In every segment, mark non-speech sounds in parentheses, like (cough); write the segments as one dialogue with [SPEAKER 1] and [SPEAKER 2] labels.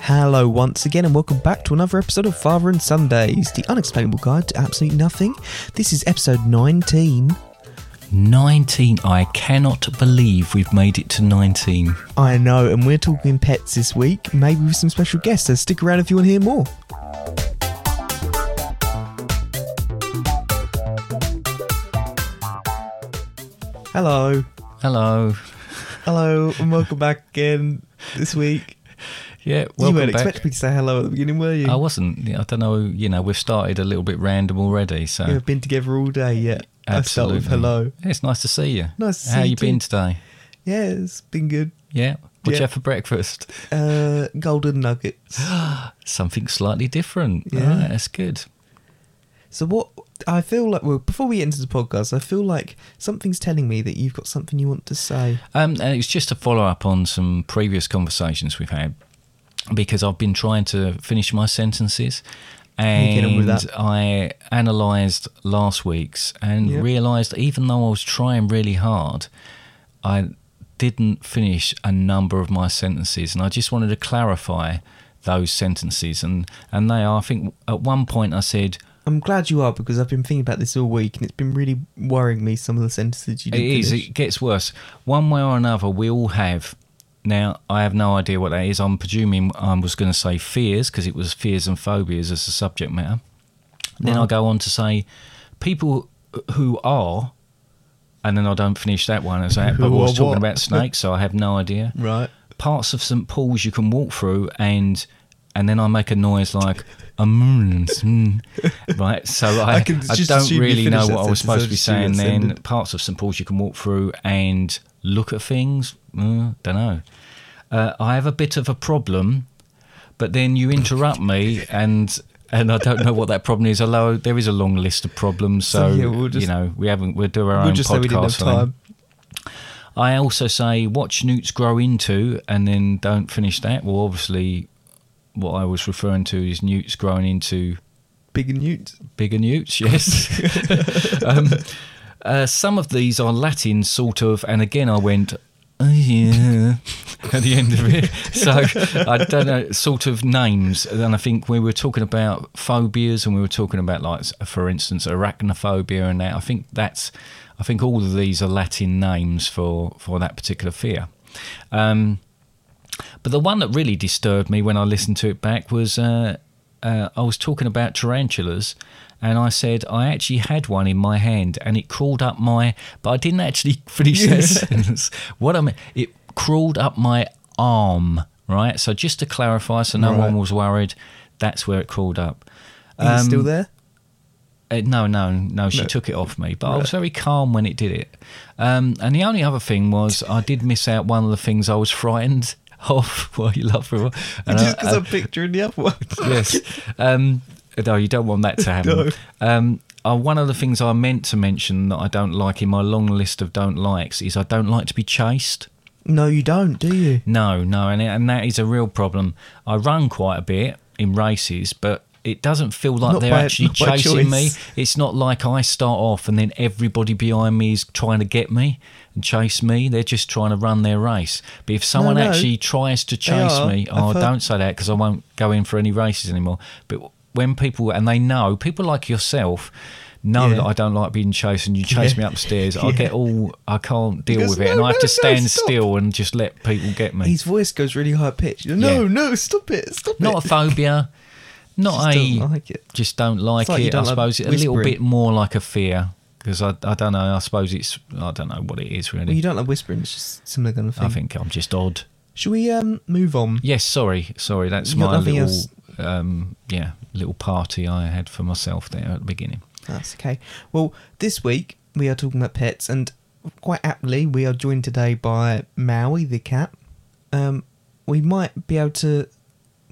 [SPEAKER 1] Hello, once again, and welcome back to another episode of Father and Sundays, the unexplainable guide to absolutely nothing. This is episode 19.
[SPEAKER 2] 19. I cannot believe we've made it to 19.
[SPEAKER 1] I know, and we're talking pets this week, maybe with some special guests, so stick around if you want to hear more. Hello,
[SPEAKER 2] Hello.
[SPEAKER 1] hello, and welcome back again this week.
[SPEAKER 2] Yeah,
[SPEAKER 1] you
[SPEAKER 2] welcome
[SPEAKER 1] weren't
[SPEAKER 2] back.
[SPEAKER 1] expecting me to say hello at the beginning, were you?
[SPEAKER 2] I wasn't. I don't know. You know, we've started a little bit random already. So
[SPEAKER 1] We've been together all day yet. I start
[SPEAKER 2] absolutely.
[SPEAKER 1] with hello.
[SPEAKER 2] Yeah, it's nice to see you.
[SPEAKER 1] Nice to
[SPEAKER 2] How
[SPEAKER 1] see
[SPEAKER 2] you
[SPEAKER 1] you too.
[SPEAKER 2] been today?
[SPEAKER 1] Yeah, it's been good.
[SPEAKER 2] Yeah.
[SPEAKER 1] Yeah.
[SPEAKER 2] What you have for breakfast?
[SPEAKER 1] Uh, golden nuggets.
[SPEAKER 2] Something slightly different.
[SPEAKER 1] Yeah.
[SPEAKER 2] Alright, that's good.
[SPEAKER 1] So what I feel like, well, before we get into the podcast, I feel like something's telling me that you've got something you want to say.
[SPEAKER 2] Um, and it's just a follow up on some previous conversations we've had because I've been trying to finish my sentences
[SPEAKER 1] get on with
[SPEAKER 2] and
[SPEAKER 1] that.
[SPEAKER 2] I analysed last week's and
[SPEAKER 1] Yep.
[SPEAKER 2] realised even though I was trying really hard, I didn't finish a number of my sentences and I just wanted to clarify those sentences and, and they are I think at one point I said
[SPEAKER 1] I'm glad you are because I've been thinking about this all week and it's been really worrying me some of the sentences you did.
[SPEAKER 2] It is.
[SPEAKER 1] finish.
[SPEAKER 2] It gets worse. One way or another, we all have. Now, I have no idea what that is. I'm presuming I was going to say fears because it was fears and phobias as the subject matter. Then I'll go on to say people who are, and then I don't finish that one as that. But
[SPEAKER 1] Who
[SPEAKER 2] I was
[SPEAKER 1] are
[SPEAKER 2] talking
[SPEAKER 1] what?
[SPEAKER 2] about snakes, so I have no idea.
[SPEAKER 1] Right.
[SPEAKER 2] Parts of St Paul's you can walk through, and and then I make a noise like. Um, mm, (laughs) right, so I,
[SPEAKER 1] I can
[SPEAKER 2] I
[SPEAKER 1] just
[SPEAKER 2] don't
[SPEAKER 1] assume you
[SPEAKER 2] really know
[SPEAKER 1] finished
[SPEAKER 2] what
[SPEAKER 1] that
[SPEAKER 2] I
[SPEAKER 1] sentence,
[SPEAKER 2] was supposed to be
[SPEAKER 1] I assume
[SPEAKER 2] saying
[SPEAKER 1] that's
[SPEAKER 2] then
[SPEAKER 1] ended.
[SPEAKER 2] parts of St Paul's you can walk through and look at things. Uh, don't know. Uh, I have a bit of a problem, but then you interrupt
[SPEAKER 1] (laughs)
[SPEAKER 2] me and. And I don't know what that problem is. Although there is a long list of problems, so,
[SPEAKER 1] So, yeah, we'll just-
[SPEAKER 2] you know we haven't. We'll do our
[SPEAKER 1] We'll
[SPEAKER 2] own
[SPEAKER 1] just
[SPEAKER 2] podcast.
[SPEAKER 1] say we didn't have
[SPEAKER 2] for them.
[SPEAKER 1] time.
[SPEAKER 2] I also say watch newts grow into, and then don't finish that. Well, obviously, what I was referring to is newts growing into
[SPEAKER 1] Big and Newt.
[SPEAKER 2] bigger newts, (laughs) yes. um, uh, some of these are Latin, sort of, and again, I went, "Oh, yeah, (laughs) at the end of it. (laughs) So I don't know, sort of names. And I think we were talking about phobias and we were talking about, like, for instance, arachnophobia and that. I think that's, I think all of these are Latin names for, for that particular fear. Um, but the one that really disturbed me when I listened to it back was uh, uh, I was talking about tarantulas, and I said I actually had one in my hand, and it crawled up my. But I didn't actually (laughs) finish that sentence. What I mean, it crawled up my arm, right? So just to clarify, so no
[SPEAKER 1] Right.
[SPEAKER 2] one was worried, that's where it crawled up.
[SPEAKER 1] Are
[SPEAKER 2] Um,
[SPEAKER 1] you still there?
[SPEAKER 2] Uh, no, no, no. She
[SPEAKER 1] No.
[SPEAKER 2] took it off me, but I was very calm when it did it. Um, and the only other thing was, I did miss out one of the things I was frightened (laughs) of. Well, you love for and
[SPEAKER 1] (laughs) just
[SPEAKER 2] I-
[SPEAKER 1] because
[SPEAKER 2] I-
[SPEAKER 1] I'm picturing the other one.
[SPEAKER 2] (laughs) yes. Um, no, you don't want that to happen. Um, uh, one of the things I meant to mention that I don't like in my long list of don't likes is I don't like to be chased.
[SPEAKER 1] no, you don't, do you?
[SPEAKER 2] No, no, and and that is a real problem. I run quite a bit in races, but it doesn't feel like
[SPEAKER 1] Not
[SPEAKER 2] they're
[SPEAKER 1] by-
[SPEAKER 2] actually
[SPEAKER 1] not by
[SPEAKER 2] chasing me.
[SPEAKER 1] choice.
[SPEAKER 2] It's not like I start off and then everybody behind me is trying to get me and chase me. They're just trying to run their race. But if someone
[SPEAKER 1] no.
[SPEAKER 2] actually tries to chase
[SPEAKER 1] are.
[SPEAKER 2] me,
[SPEAKER 1] I've
[SPEAKER 2] oh,
[SPEAKER 1] heard-
[SPEAKER 2] don't say that because I won't go in for any races anymore. But when people and they know people like yourself know
[SPEAKER 1] Yeah.
[SPEAKER 2] that I don't like being chased and you chase me upstairs.
[SPEAKER 1] (laughs)
[SPEAKER 2] I get all I can't deal
[SPEAKER 1] goes,
[SPEAKER 2] with it,
[SPEAKER 1] "No,
[SPEAKER 2] and I have
[SPEAKER 1] no,
[SPEAKER 2] to
[SPEAKER 1] no,
[SPEAKER 2] stand
[SPEAKER 1] stop."
[SPEAKER 2] still and just let people get me.
[SPEAKER 1] His voice goes really high pitched. No,
[SPEAKER 2] Yeah.
[SPEAKER 1] no, stop it, stop
[SPEAKER 2] (laughs) not
[SPEAKER 1] (laughs) it.
[SPEAKER 2] a phobia, not
[SPEAKER 1] Just
[SPEAKER 2] a
[SPEAKER 1] don't like it.
[SPEAKER 2] just don't like
[SPEAKER 1] It's like you
[SPEAKER 2] it.
[SPEAKER 1] don't
[SPEAKER 2] I
[SPEAKER 1] like
[SPEAKER 2] suppose a little
[SPEAKER 1] whispering.
[SPEAKER 2] bit more like a fear because I I don't know. I suppose it's I don't know what it is really.
[SPEAKER 1] well, you don't like whispering. It's just similar kind of thing.
[SPEAKER 2] I think I'm just odd.
[SPEAKER 1] Should we um move on?
[SPEAKER 2] Yes, sorry, sorry. That's
[SPEAKER 1] You got
[SPEAKER 2] my
[SPEAKER 1] nothing
[SPEAKER 2] little
[SPEAKER 1] else?
[SPEAKER 2] um yeah little party I had for myself there at the beginning.
[SPEAKER 1] That's okay. Well, this week we are talking about pets, and quite aptly, we are joined today by Maui the cat. Um, we might be able to,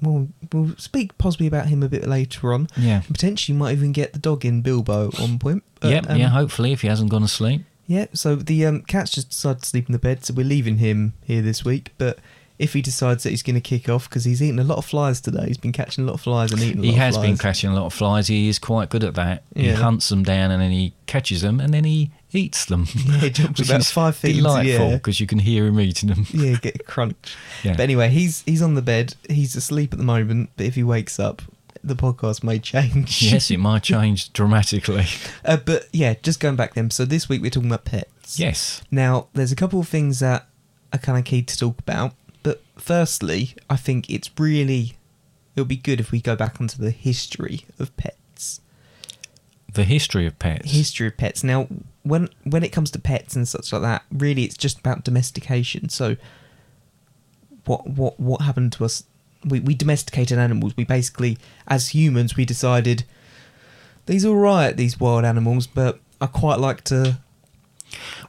[SPEAKER 1] well, we'll speak possibly about him a bit later on.
[SPEAKER 2] Yeah.
[SPEAKER 1] And potentially, might even get the dog in Bilbo at one point. But,
[SPEAKER 2] yep,
[SPEAKER 1] um,
[SPEAKER 2] yeah. Hopefully, if he hasn't gone to sleep.
[SPEAKER 1] Yeah, so the um, cat's just decided to sleep in the bed, so we're leaving him here this week. But if he decides that he's going to kick off, because he's eaten a lot of flies today, he's been catching a lot of flies and eating a lot
[SPEAKER 2] He
[SPEAKER 1] of
[SPEAKER 2] has been
[SPEAKER 1] flies.
[SPEAKER 2] catching a lot of flies. He is quite good at that. He
[SPEAKER 1] Yeah.
[SPEAKER 2] hunts them down and then he catches them and then he eats them.
[SPEAKER 1] (laughs) Yeah, he jumps
[SPEAKER 2] (laughs) which
[SPEAKER 1] about
[SPEAKER 2] is
[SPEAKER 1] five feet into the
[SPEAKER 2] Delightful
[SPEAKER 1] air.
[SPEAKER 2] because you can hear him eating
[SPEAKER 1] (laughs)
[SPEAKER 2] them. (laughs)
[SPEAKER 1] yeah, get a crunch.
[SPEAKER 2] Yeah.
[SPEAKER 1] But anyway, he's he's on the bed. He's asleep at the moment, but if he wakes up, the podcast may change.
[SPEAKER 2] yes, it might change dramatically.
[SPEAKER 1] (laughs)
[SPEAKER 2] (laughs)
[SPEAKER 1] Uh, but yeah, just going back then. So this week we're talking about pets.
[SPEAKER 2] Yes.
[SPEAKER 1] Now, there's a couple of things that are kind of key to talk about. But firstly, I think it's really it'll be good if we go back onto the history of pets.
[SPEAKER 2] The history of pets.
[SPEAKER 1] History of pets. Now, when when it comes to pets and such like that, really it's just about domestication. So what what what happened to us? We we domesticated animals. We basically as humans we decided these are all right, these wild animals, but I quite like to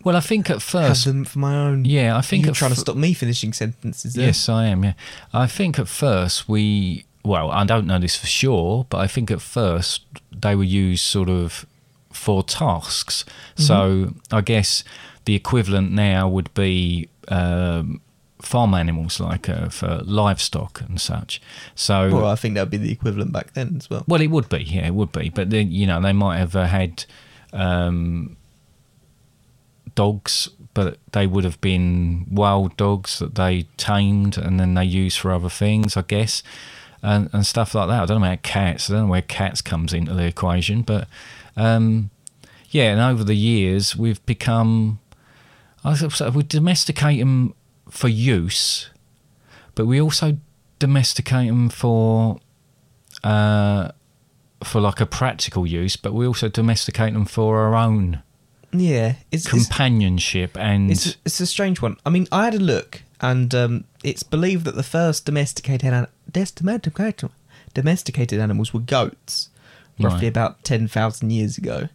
[SPEAKER 2] well, I think at
[SPEAKER 1] have
[SPEAKER 2] first.
[SPEAKER 1] them for my own.
[SPEAKER 2] Yeah, I think
[SPEAKER 1] you're
[SPEAKER 2] at
[SPEAKER 1] trying to
[SPEAKER 2] fir-
[SPEAKER 1] stop me finishing sentences. There.
[SPEAKER 2] Yes, I am. Yeah, I think at first we. Well, I don't know this for sure, but I think at first they were used sort of for tasks.
[SPEAKER 1] Mm-hmm.
[SPEAKER 2] So I guess the equivalent now would be um, farm animals, like uh, for livestock and such. So
[SPEAKER 1] Well, I think that would be the equivalent back then as well.
[SPEAKER 2] well, it would be, yeah, it would be. But then you know they might have uh, had um, dogs, but they would have been wild dogs that they tamed and then they used for other things, I guess, and and stuff like that. I don't know about cats. I don't know where cats comes into the equation, but um, yeah. And over the years, we've become I was we domesticate them for use, but we also domesticate them for uh, for like a practical use, but we also domesticate them for our own
[SPEAKER 1] Yeah, it's it's,
[SPEAKER 2] companionship and
[SPEAKER 1] it's it's a strange one. I mean, I had a look, and um, it's believed that the first domesticated an- domesticated domesticated animals were goats, roughly
[SPEAKER 2] Right.
[SPEAKER 1] about ten thousand years ago.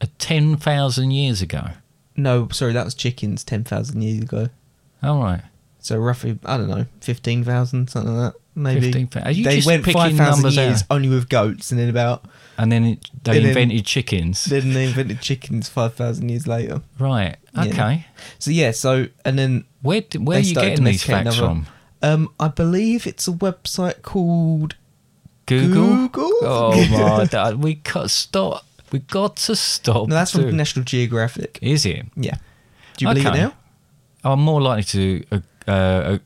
[SPEAKER 2] uh, ten thousand years ago.
[SPEAKER 1] No, sorry, that was chickens ten thousand years ago.
[SPEAKER 2] All right.
[SPEAKER 1] So roughly, I don't know, fifteen thousand something like that. Maybe
[SPEAKER 2] 15,000. Are you
[SPEAKER 1] they
[SPEAKER 2] just
[SPEAKER 1] went
[SPEAKER 2] picking
[SPEAKER 1] five thousand
[SPEAKER 2] numbers out?
[SPEAKER 1] years only with goats, and then about
[SPEAKER 2] And then it, they
[SPEAKER 1] And then-
[SPEAKER 2] invented chickens.
[SPEAKER 1] then they invented chickens five thousand years later.
[SPEAKER 2] right.
[SPEAKER 1] Yeah.
[SPEAKER 2] Okay.
[SPEAKER 1] So yeah, so and then
[SPEAKER 2] Where d- where are
[SPEAKER 1] they
[SPEAKER 2] you
[SPEAKER 1] started
[SPEAKER 2] getting these
[SPEAKER 1] domesticating
[SPEAKER 2] facts
[SPEAKER 1] other-
[SPEAKER 2] from?
[SPEAKER 1] Um, I believe it's a website called
[SPEAKER 2] Google.
[SPEAKER 1] Google?
[SPEAKER 2] Oh
[SPEAKER 1] (laughs)
[SPEAKER 2] my! God. We got stop. We got to stop.
[SPEAKER 1] No, that's from
[SPEAKER 2] doing-
[SPEAKER 1] National Geographic.
[SPEAKER 2] Is it?
[SPEAKER 1] Yeah. Do you believe
[SPEAKER 2] Okay.
[SPEAKER 1] it now?
[SPEAKER 2] I'm more likely to uh, uh,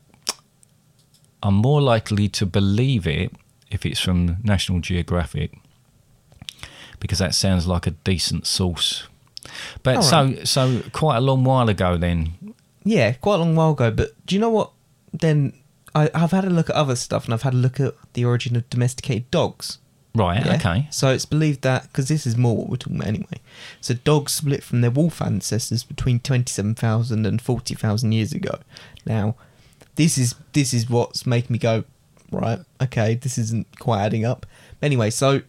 [SPEAKER 2] I'm more likely to believe it if it's from National Geographic because that sounds like a decent source. But
[SPEAKER 1] All
[SPEAKER 2] so so quite a long while ago then.
[SPEAKER 1] Yeah, quite a long while ago. But do you know what? Then I, I've had a look at other stuff, and I've had a look at the origin of domesticated dogs.
[SPEAKER 2] Right,
[SPEAKER 1] Yeah?
[SPEAKER 2] okay.
[SPEAKER 1] So it's believed that because this is more what we're talking about anyway. So dogs split from their wolf ancestors between twenty-seven thousand and forty thousand years ago. Now, this is this is what's making me go right. Okay, this isn't quite adding up. But anyway, so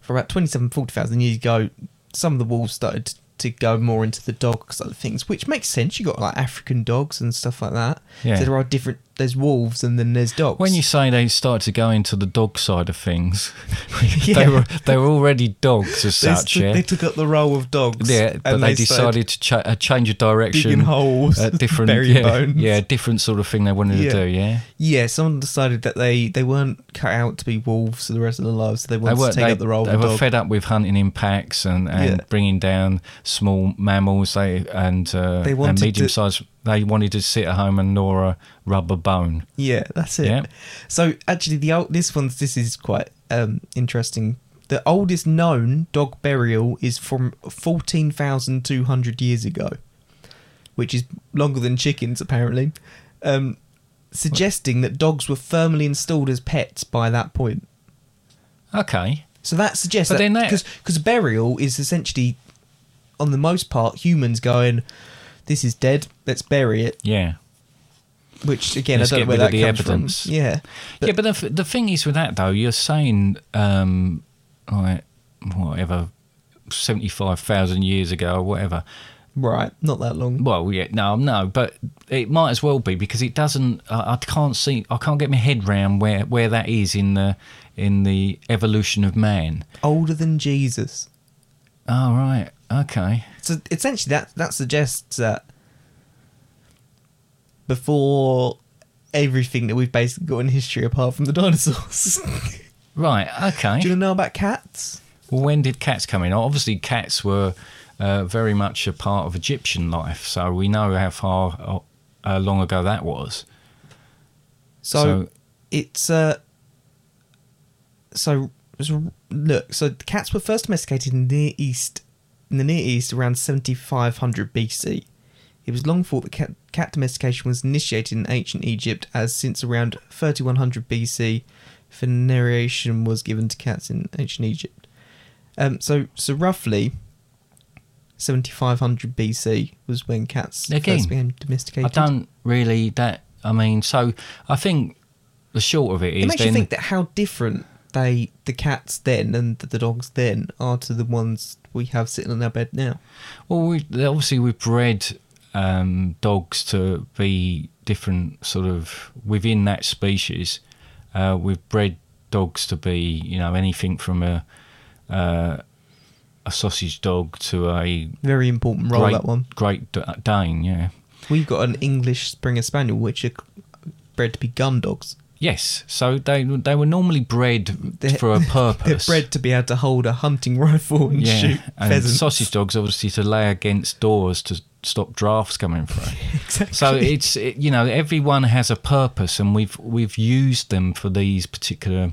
[SPEAKER 1] for about 27, 40,000 years ago, some of the wolves started to go more into the dog side of things, which makes sense. You got like African dogs and stuff like that.
[SPEAKER 2] Yeah.
[SPEAKER 1] So there are different. There's wolves and then there's dogs.
[SPEAKER 2] When you say they started to go into the dog side of things, (laughs)
[SPEAKER 1] (laughs) Yeah.
[SPEAKER 2] they were they were already dogs as
[SPEAKER 1] They
[SPEAKER 2] such.
[SPEAKER 1] took-
[SPEAKER 2] yeah?
[SPEAKER 1] They took up the role of dogs.
[SPEAKER 2] Yeah, but
[SPEAKER 1] and
[SPEAKER 2] they,
[SPEAKER 1] started-
[SPEAKER 2] decided to cha- uh, change a direction,
[SPEAKER 1] Digging holes,
[SPEAKER 2] uh,
[SPEAKER 1] (laughs)
[SPEAKER 2] different,
[SPEAKER 1] burying
[SPEAKER 2] yeah,
[SPEAKER 1] bones.
[SPEAKER 2] yeah, different sort of thing they wanted
[SPEAKER 1] Yeah.
[SPEAKER 2] to do. Yeah,
[SPEAKER 1] Yeah, someone decided that they, they weren't cut out to be wolves for the rest of their lives, so they
[SPEAKER 2] they
[SPEAKER 1] wanted
[SPEAKER 2] were
[SPEAKER 1] to take
[SPEAKER 2] they,
[SPEAKER 1] up the role
[SPEAKER 2] they
[SPEAKER 1] of a
[SPEAKER 2] were
[SPEAKER 1] dog.
[SPEAKER 2] fed up with hunting in packs and, and
[SPEAKER 1] Yeah.
[SPEAKER 2] bringing down small mammals. They and uh,
[SPEAKER 1] They wanted
[SPEAKER 2] and
[SPEAKER 1] to-
[SPEAKER 2] medium sized. They wanted to sit at home and gnaw a rubber bone.
[SPEAKER 1] Yeah, that's it.
[SPEAKER 2] Yeah.
[SPEAKER 1] So actually, the old, this one's this is quite um, interesting. The oldest known dog burial is from 14,200 years ago, which is longer than chickens, apparently, um, suggesting that dogs were firmly installed as pets by that point.
[SPEAKER 2] Okay.
[SPEAKER 1] So that suggests
[SPEAKER 2] But
[SPEAKER 1] that
[SPEAKER 2] then that-
[SPEAKER 1] because because burial is essentially, on the most part, humans going, "This is dead. Let's bury it."
[SPEAKER 2] Yeah.
[SPEAKER 1] Which again,
[SPEAKER 2] Let's
[SPEAKER 1] I
[SPEAKER 2] get
[SPEAKER 1] don't know where
[SPEAKER 2] rid of
[SPEAKER 1] that
[SPEAKER 2] the
[SPEAKER 1] comes
[SPEAKER 2] evidence.
[SPEAKER 1] from. Yeah, but
[SPEAKER 2] yeah, but the, f- the thing is with that though, you're saying um, like whatever, seventy five thousand years ago or whatever.
[SPEAKER 1] right, not that long.
[SPEAKER 2] Well, yeah, no, no, but it might as well be because it doesn't. I, I can't see. I can't get my head round where where that is in the in the evolution of man.
[SPEAKER 1] Older than Jesus.
[SPEAKER 2] Oh right, okay.
[SPEAKER 1] So essentially, that that suggests that before everything that we've basically got in history, apart from the dinosaurs. (laughs)
[SPEAKER 2] Right, okay.
[SPEAKER 1] Do you know about cats?
[SPEAKER 2] Well, when did cats come in? Obviously, cats were uh, very much a part of Egyptian life, so we know how far uh, long ago that was.
[SPEAKER 1] So,
[SPEAKER 2] So-
[SPEAKER 1] it's uh so so- look, so the cats were first domesticated in the Near East in the Near East around 7500 BC. It was long thought that cat, cat domestication was initiated in ancient Egypt as since around 3100 BC veneration was given to cats in ancient Egypt. Um so so roughly 7500 BC was when cats
[SPEAKER 2] Again,
[SPEAKER 1] first became domesticated.
[SPEAKER 2] I don't really that. I mean, so I think the short of it is
[SPEAKER 1] It makes
[SPEAKER 2] then
[SPEAKER 1] you think that how different they the cats then and the dogs then are to the ones we have sitting on our bed now.
[SPEAKER 2] Well, we, they- obviously we bred um, dogs to be different, sort of within that species. Uh, we've bred dogs to be, you know, anything from a uh, a sausage dog to a
[SPEAKER 1] Very important role
[SPEAKER 2] great,
[SPEAKER 1] that one.
[SPEAKER 2] Great D- Dane, yeah.
[SPEAKER 1] We've got an English Springer Spaniel which are bred to be gun dogs.
[SPEAKER 2] Yes, so they they were normally bred
[SPEAKER 1] They're- (laughs)
[SPEAKER 2] for a
[SPEAKER 1] They're
[SPEAKER 2] purpose.
[SPEAKER 1] bred to be able to hold a hunting (laughs) rifle and
[SPEAKER 2] yeah,
[SPEAKER 1] shoot
[SPEAKER 2] and
[SPEAKER 1] pheasants.
[SPEAKER 2] sausage dogs obviously to lay against doors to stop drafts coming through.
[SPEAKER 1] (laughs) Exactly.
[SPEAKER 2] So it's it, you know everyone has a purpose, and we've we've used them for these particular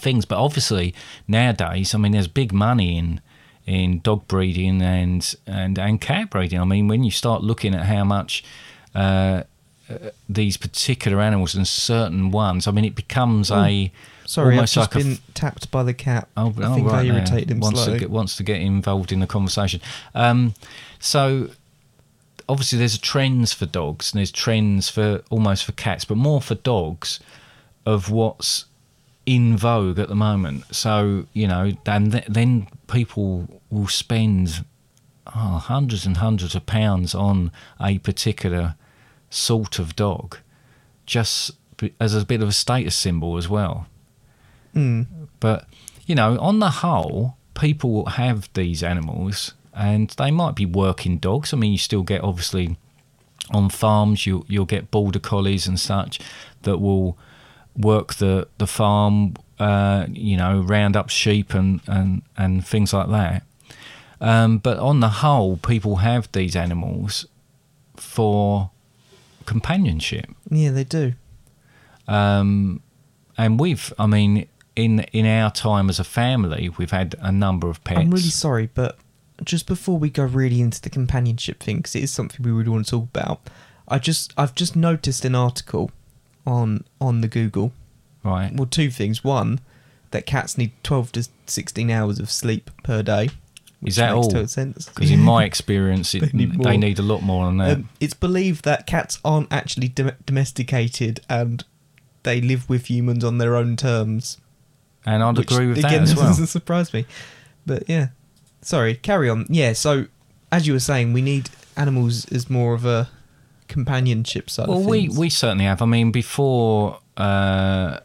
[SPEAKER 2] things. But obviously nowadays, I mean, there's big money in in dog breeding and and and cat breeding. I mean, when you start looking at how much. Uh, uh, these particular animals and certain ones. I mean, it becomes a
[SPEAKER 1] Oh, Sorry, I've
[SPEAKER 2] almost
[SPEAKER 1] just
[SPEAKER 2] like a
[SPEAKER 1] been tapped by the cat.
[SPEAKER 2] Oh,
[SPEAKER 1] I think
[SPEAKER 2] oh, right
[SPEAKER 1] I
[SPEAKER 2] now.
[SPEAKER 1] irritate him
[SPEAKER 2] wants
[SPEAKER 1] slightly.
[SPEAKER 2] To get, wants to get involved in the conversation. Um, so obviously there's trends for dogs and there's trends for almost for cats, but more for dogs of what's in vogue at the moment. So you know, and th- then people will spend oh, hundreds and hundreds of pounds on a particular sort of dog, just b- as a bit of a status symbol as well. But you know, on the whole, people have these animals, and they might be working dogs. I mean, you still get obviously on farms you you'll get border collies and such that will work the the farm. Uh, you know, round up sheep and and and things like that. Um, but on the whole, people have these animals for companionship
[SPEAKER 1] yeah, they do.
[SPEAKER 2] Um, and we've i mean in in our time as a family we've had a number of pets
[SPEAKER 1] I'm really sorry, but just before we go really into the companionship thing, because it is something we really want to talk about, I just I've just noticed an article on on the Google.
[SPEAKER 2] right
[SPEAKER 1] Well, two things. One, that cats need 12 to 16 hours of sleep per day.
[SPEAKER 2] is
[SPEAKER 1] which
[SPEAKER 2] that
[SPEAKER 1] makes
[SPEAKER 2] all
[SPEAKER 1] total sense.
[SPEAKER 2] because in my experience it, they,
[SPEAKER 1] need
[SPEAKER 2] need
[SPEAKER 1] more.
[SPEAKER 2] a lot more than
[SPEAKER 1] (laughs)
[SPEAKER 2] that
[SPEAKER 1] Um, it's believed that cats aren't actually dom- domesticated and they live with humans on their own terms.
[SPEAKER 2] and i'd
[SPEAKER 1] which,
[SPEAKER 2] agree with that
[SPEAKER 1] again,
[SPEAKER 2] as well
[SPEAKER 1] doesn't surprise me. But yeah, sorry. Carry on. Yeah. So as you were saying, we need animals as more of a companionship side.
[SPEAKER 2] well
[SPEAKER 1] of
[SPEAKER 2] we
[SPEAKER 1] things.
[SPEAKER 2] we certainly have i mean before uh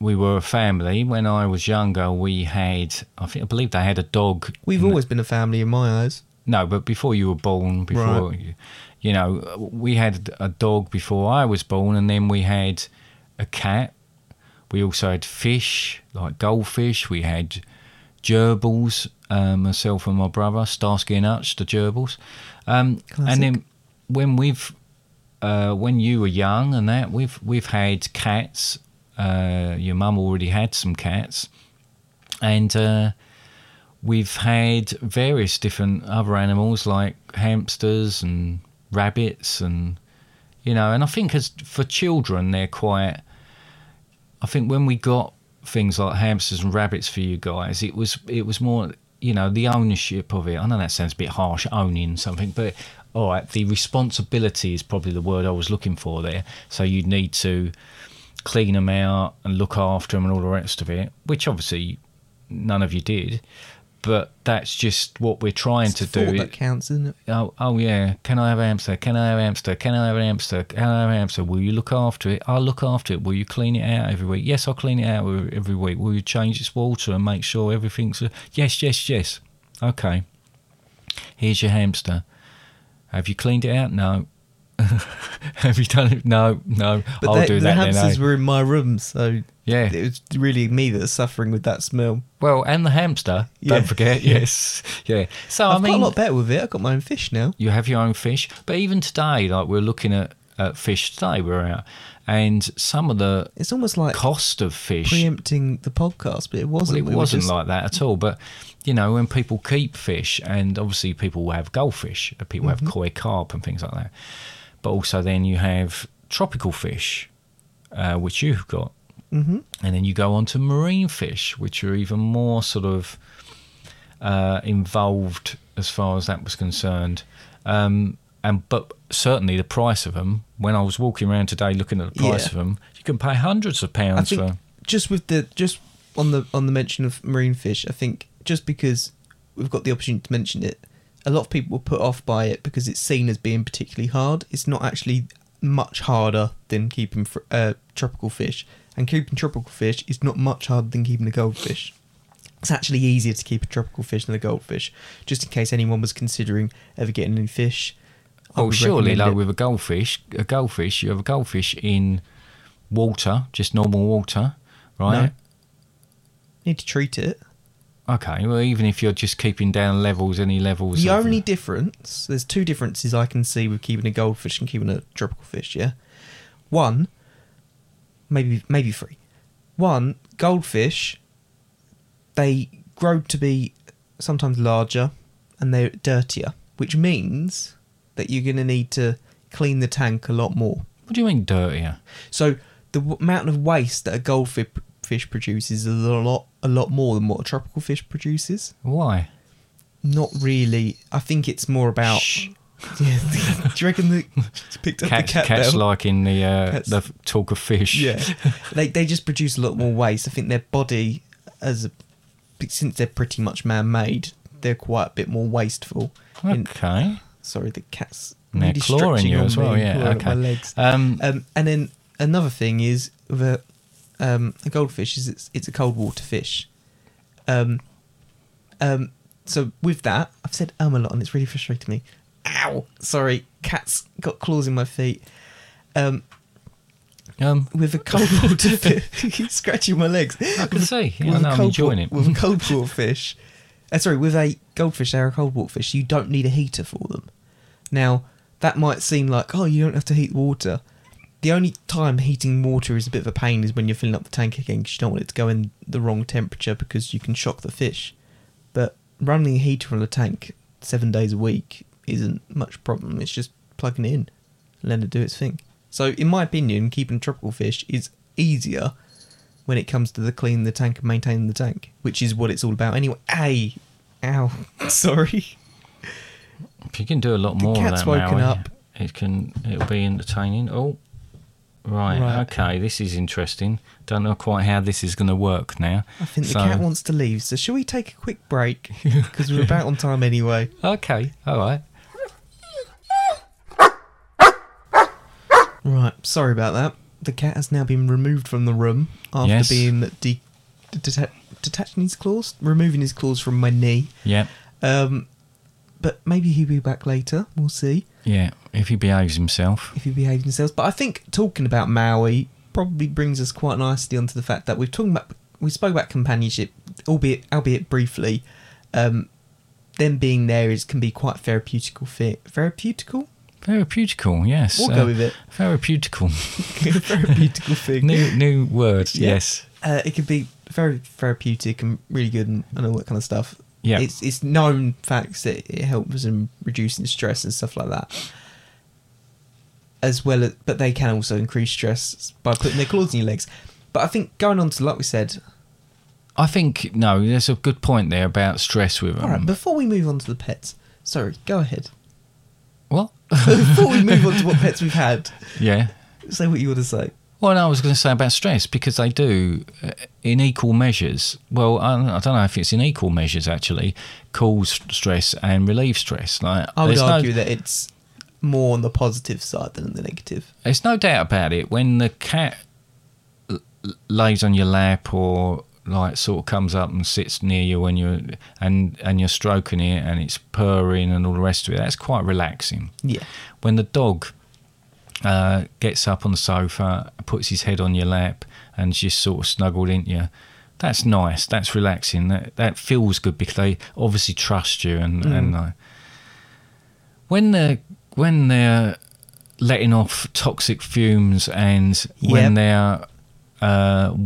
[SPEAKER 2] we were a family when i was younger we had i think i believe they had a dog
[SPEAKER 1] we've always been a family in my eyes.
[SPEAKER 2] No, but before you were born, before
[SPEAKER 1] Right.
[SPEAKER 2] you, you know, we had a dog before I was born, and then we had a cat. We also had fish, like goldfish. We had gerbils. Um, myself and my brother, Starsky and Hutch, the gerbils. Um,
[SPEAKER 1] Classic.
[SPEAKER 2] and then when we've uh, when you were young and that we've we've had cats. Uh, your mum already had some cats. and uh, we've had various different other animals like hamsters and rabbits and you know and i think as for children they're quite i think when we got things like hamsters and rabbits for you guys it was it was more you know the ownership of it i know that sounds a bit harsh owning something but all right the responsibility is probably the word i was looking for there so you'd need to clean them out and look after them and all the rest of it which obviously none of you did. But that's just what we're trying
[SPEAKER 1] It's
[SPEAKER 2] to
[SPEAKER 1] the thought
[SPEAKER 2] do.
[SPEAKER 1] that counts, isn't it?
[SPEAKER 2] oh, oh yeah. Can I have a hamster? Can I have a hamster? Can I have a hamster? Can I have a hamster? Will you look after it? I'll look after it. Will you clean it out every week? Yes, I'll clean it out every every week. Will you change its water and make sure everything's? Yes, yes, yes. Okay. Here's your hamster. Have you cleaned it out? No. (laughs) have you done it? No, no.
[SPEAKER 1] But
[SPEAKER 2] I'll
[SPEAKER 1] they-
[SPEAKER 2] do
[SPEAKER 1] the
[SPEAKER 2] that then. eh?
[SPEAKER 1] hamsters were in my room, so
[SPEAKER 2] Yeah.
[SPEAKER 1] it was really me that was suffering with that smell.
[SPEAKER 2] Well, and the hamster.
[SPEAKER 1] (laughs) Yeah.
[SPEAKER 2] Don't forget. Yes. Yeah. So
[SPEAKER 1] I've
[SPEAKER 2] Oh, I mean,
[SPEAKER 1] got a lot better with it. I've got my own fish now.
[SPEAKER 2] you have your own fish. But even today, like we're looking at, at fish today, we're out, and some of the
[SPEAKER 1] It's almost like
[SPEAKER 2] cost of fish.
[SPEAKER 1] preempting the podcast, but it
[SPEAKER 2] well,
[SPEAKER 1] wasn't.
[SPEAKER 2] it
[SPEAKER 1] We were
[SPEAKER 2] wasn't
[SPEAKER 1] just-
[SPEAKER 2] like that at all. But you know, when people keep fish, and obviously people have goldfish, and people
[SPEAKER 1] Mm-hmm.
[SPEAKER 2] have koi carp and things like that. But also, then you have tropical fish, uh, which you've got, mm-hmm. and then you go on to marine fish, which are even more sort of uh, involved as far as that was concerned. Um, and but certainly the price of them. When I was walking around today looking at the price
[SPEAKER 1] Yeah.
[SPEAKER 2] of them, you can pay hundreds of
[SPEAKER 1] I
[SPEAKER 2] pounds
[SPEAKER 1] think
[SPEAKER 2] for.
[SPEAKER 1] just with the just on the on the mention of marine fish, I think just because we've got the opportunity to mention it, a lot of people were put off by it because it's seen as being particularly hard. It's not actually much harder than keeping fr- uh, tropical fish, and keeping tropical fish is not much harder than keeping a goldfish. It's actually easier to keep a tropical fish than a goldfish. Just in case anyone was considering ever getting any fish. I
[SPEAKER 2] Oh,
[SPEAKER 1] would
[SPEAKER 2] surely,
[SPEAKER 1] recommend
[SPEAKER 2] like
[SPEAKER 1] it.
[SPEAKER 2] with a goldfish, a goldfish, you have a goldfish in water, just normal water, right?
[SPEAKER 1] need to treat it.
[SPEAKER 2] Okay, well, even if you're just keeping down levels, any levels.
[SPEAKER 1] The
[SPEAKER 2] of-
[SPEAKER 1] only difference, there's two differences I can see with keeping a goldfish and keeping a tropical fish. Yeah, one, maybe maybe three. One goldfish, they grow to be sometimes larger and they're dirtier, which means that you're going to need to clean the tank a lot more.
[SPEAKER 2] What do you mean dirtier?
[SPEAKER 1] So the w- amount of waste that a goldfish fish produces is a lot a lot more than what a tropical fish produces.
[SPEAKER 2] Why?
[SPEAKER 1] Not really. I think it's more about.
[SPEAKER 2] Shh.
[SPEAKER 1] (laughs) Yeah. Do you reckon
[SPEAKER 2] (laughs)
[SPEAKER 1] the picked up the
[SPEAKER 2] Cats,
[SPEAKER 1] cat
[SPEAKER 2] cats
[SPEAKER 1] bell?
[SPEAKER 2] like in the uh,
[SPEAKER 1] Cats-
[SPEAKER 2] the talk of fish.
[SPEAKER 1] Yeah, they they just produce a lot more waste. I think their body, as a, since they're pretty much man-made, they're quite a bit more wasteful. In-
[SPEAKER 2] Okay.
[SPEAKER 1] sorry, the cat's
[SPEAKER 2] And they're
[SPEAKER 1] really
[SPEAKER 2] clawing
[SPEAKER 1] stretching
[SPEAKER 2] you
[SPEAKER 1] on
[SPEAKER 2] as well,
[SPEAKER 1] me,
[SPEAKER 2] yeah,
[SPEAKER 1] clawing at
[SPEAKER 2] okay.
[SPEAKER 1] my legs.
[SPEAKER 2] Um,
[SPEAKER 1] um, and then another thing is that um, a goldfish is it's, it's a cold water fish. Um, um, so with that, I've said um a lot, and it's really frustrating me. Ow! Sorry, cat's got claws in my feet. Um,
[SPEAKER 2] Um,
[SPEAKER 1] Uh, with a cold water fish. (laughs) He's scratching my legs. I
[SPEAKER 2] can see. Yeah, I know, I'm enjoying it. (laughs)
[SPEAKER 1] With a cold water fish. Uh, sorry, with a goldfish, they're a cold water fish. You don't need a heater for them. Now, that might seem like, oh, you don't have to heat water. The only time heating water is a bit of a pain is when you're filling up the tank again because you don't want it to go in the wrong temperature because you can shock the fish. But running a heater on the tank seven days a week isn't much problem. It's just plugging it in and letting it do its thing. So, in my opinion, keeping tropical fish is easier when it comes to the cleaning the tank and maintaining the tank, which is what it's all about anyway. Hey, ow, (laughs) sorry.
[SPEAKER 2] you can do a lot more.
[SPEAKER 1] cat's
[SPEAKER 2] of that,
[SPEAKER 1] woken
[SPEAKER 2] Maui.
[SPEAKER 1] up.
[SPEAKER 2] It can. It'll be entertaining. Oh, right,
[SPEAKER 1] Right.
[SPEAKER 2] Okay, this is interesting. Don't know quite how this is going to work now.
[SPEAKER 1] I think the
[SPEAKER 2] So-
[SPEAKER 1] cat wants to leave, so shall we take a quick break? Because we're about on time anyway.
[SPEAKER 2] Okay. All right.
[SPEAKER 1] Right, sorry about that. The cat has now been removed from the room after
[SPEAKER 2] Yes.
[SPEAKER 1] being de- deta- detaching his claws, removing his claws from my knee.
[SPEAKER 2] Yeah.
[SPEAKER 1] Um, but maybe he'll be back later. We'll see
[SPEAKER 2] Yeah. If he behaves himself.
[SPEAKER 1] if he behaves himself. But I think talking about Maui probably brings us quite nicely onto the fact that we've talked about we spoke about companionship, albeit albeit briefly. Um, them being there is can be quite therapeutical. Fit therapeutical, (laughs)
[SPEAKER 2] Therapeutical, yes. uh,
[SPEAKER 1] We'll go with it.
[SPEAKER 2] Therapeutical.
[SPEAKER 1] (laughs) therapeutical thing.
[SPEAKER 2] new new word,
[SPEAKER 1] Yeah.
[SPEAKER 2] yes.
[SPEAKER 1] Uh, it could be very therapeutic and really good and, and all that kind of stuff.
[SPEAKER 2] Yeah.
[SPEAKER 1] it's it's known facts that it helps in reducing stress and stuff like that. As well, as, but they can also increase stress by putting their claws in your legs. But I think going on to like we said,
[SPEAKER 2] I think no, there's a good point there about stress with them.
[SPEAKER 1] all right. Before we move on to the pets, sorry, go ahead. (laughs)
[SPEAKER 2] what?
[SPEAKER 1] before we move on to what pets we've had,
[SPEAKER 2] Yeah.
[SPEAKER 1] say what you want to say.
[SPEAKER 2] Well, no, I was going to say about stress because they do, uh, in equal measures. Well, I, I don't know if it's in equal measures actually, cause stress and relieve stress. Like,
[SPEAKER 1] I would
[SPEAKER 2] there's no-
[SPEAKER 1] argue that it's more on the positive side than the negative.
[SPEAKER 2] There's no doubt about it. When the cat l- l- lays on your lap or like sort of comes up and sits near you when you're and and you're stroking it and it's purring and all the rest of it, that's quite relaxing.
[SPEAKER 1] Yeah.
[SPEAKER 2] When the dog uh, gets up on the sofa, puts his head on your lap, and just sort of snuggled into you. That's nice. That's relaxing. That that feels good because they obviously trust you and
[SPEAKER 1] Mm.
[SPEAKER 2] and uh, when they're when they're letting off toxic fumes and
[SPEAKER 1] Yep.
[SPEAKER 2] when they're uh,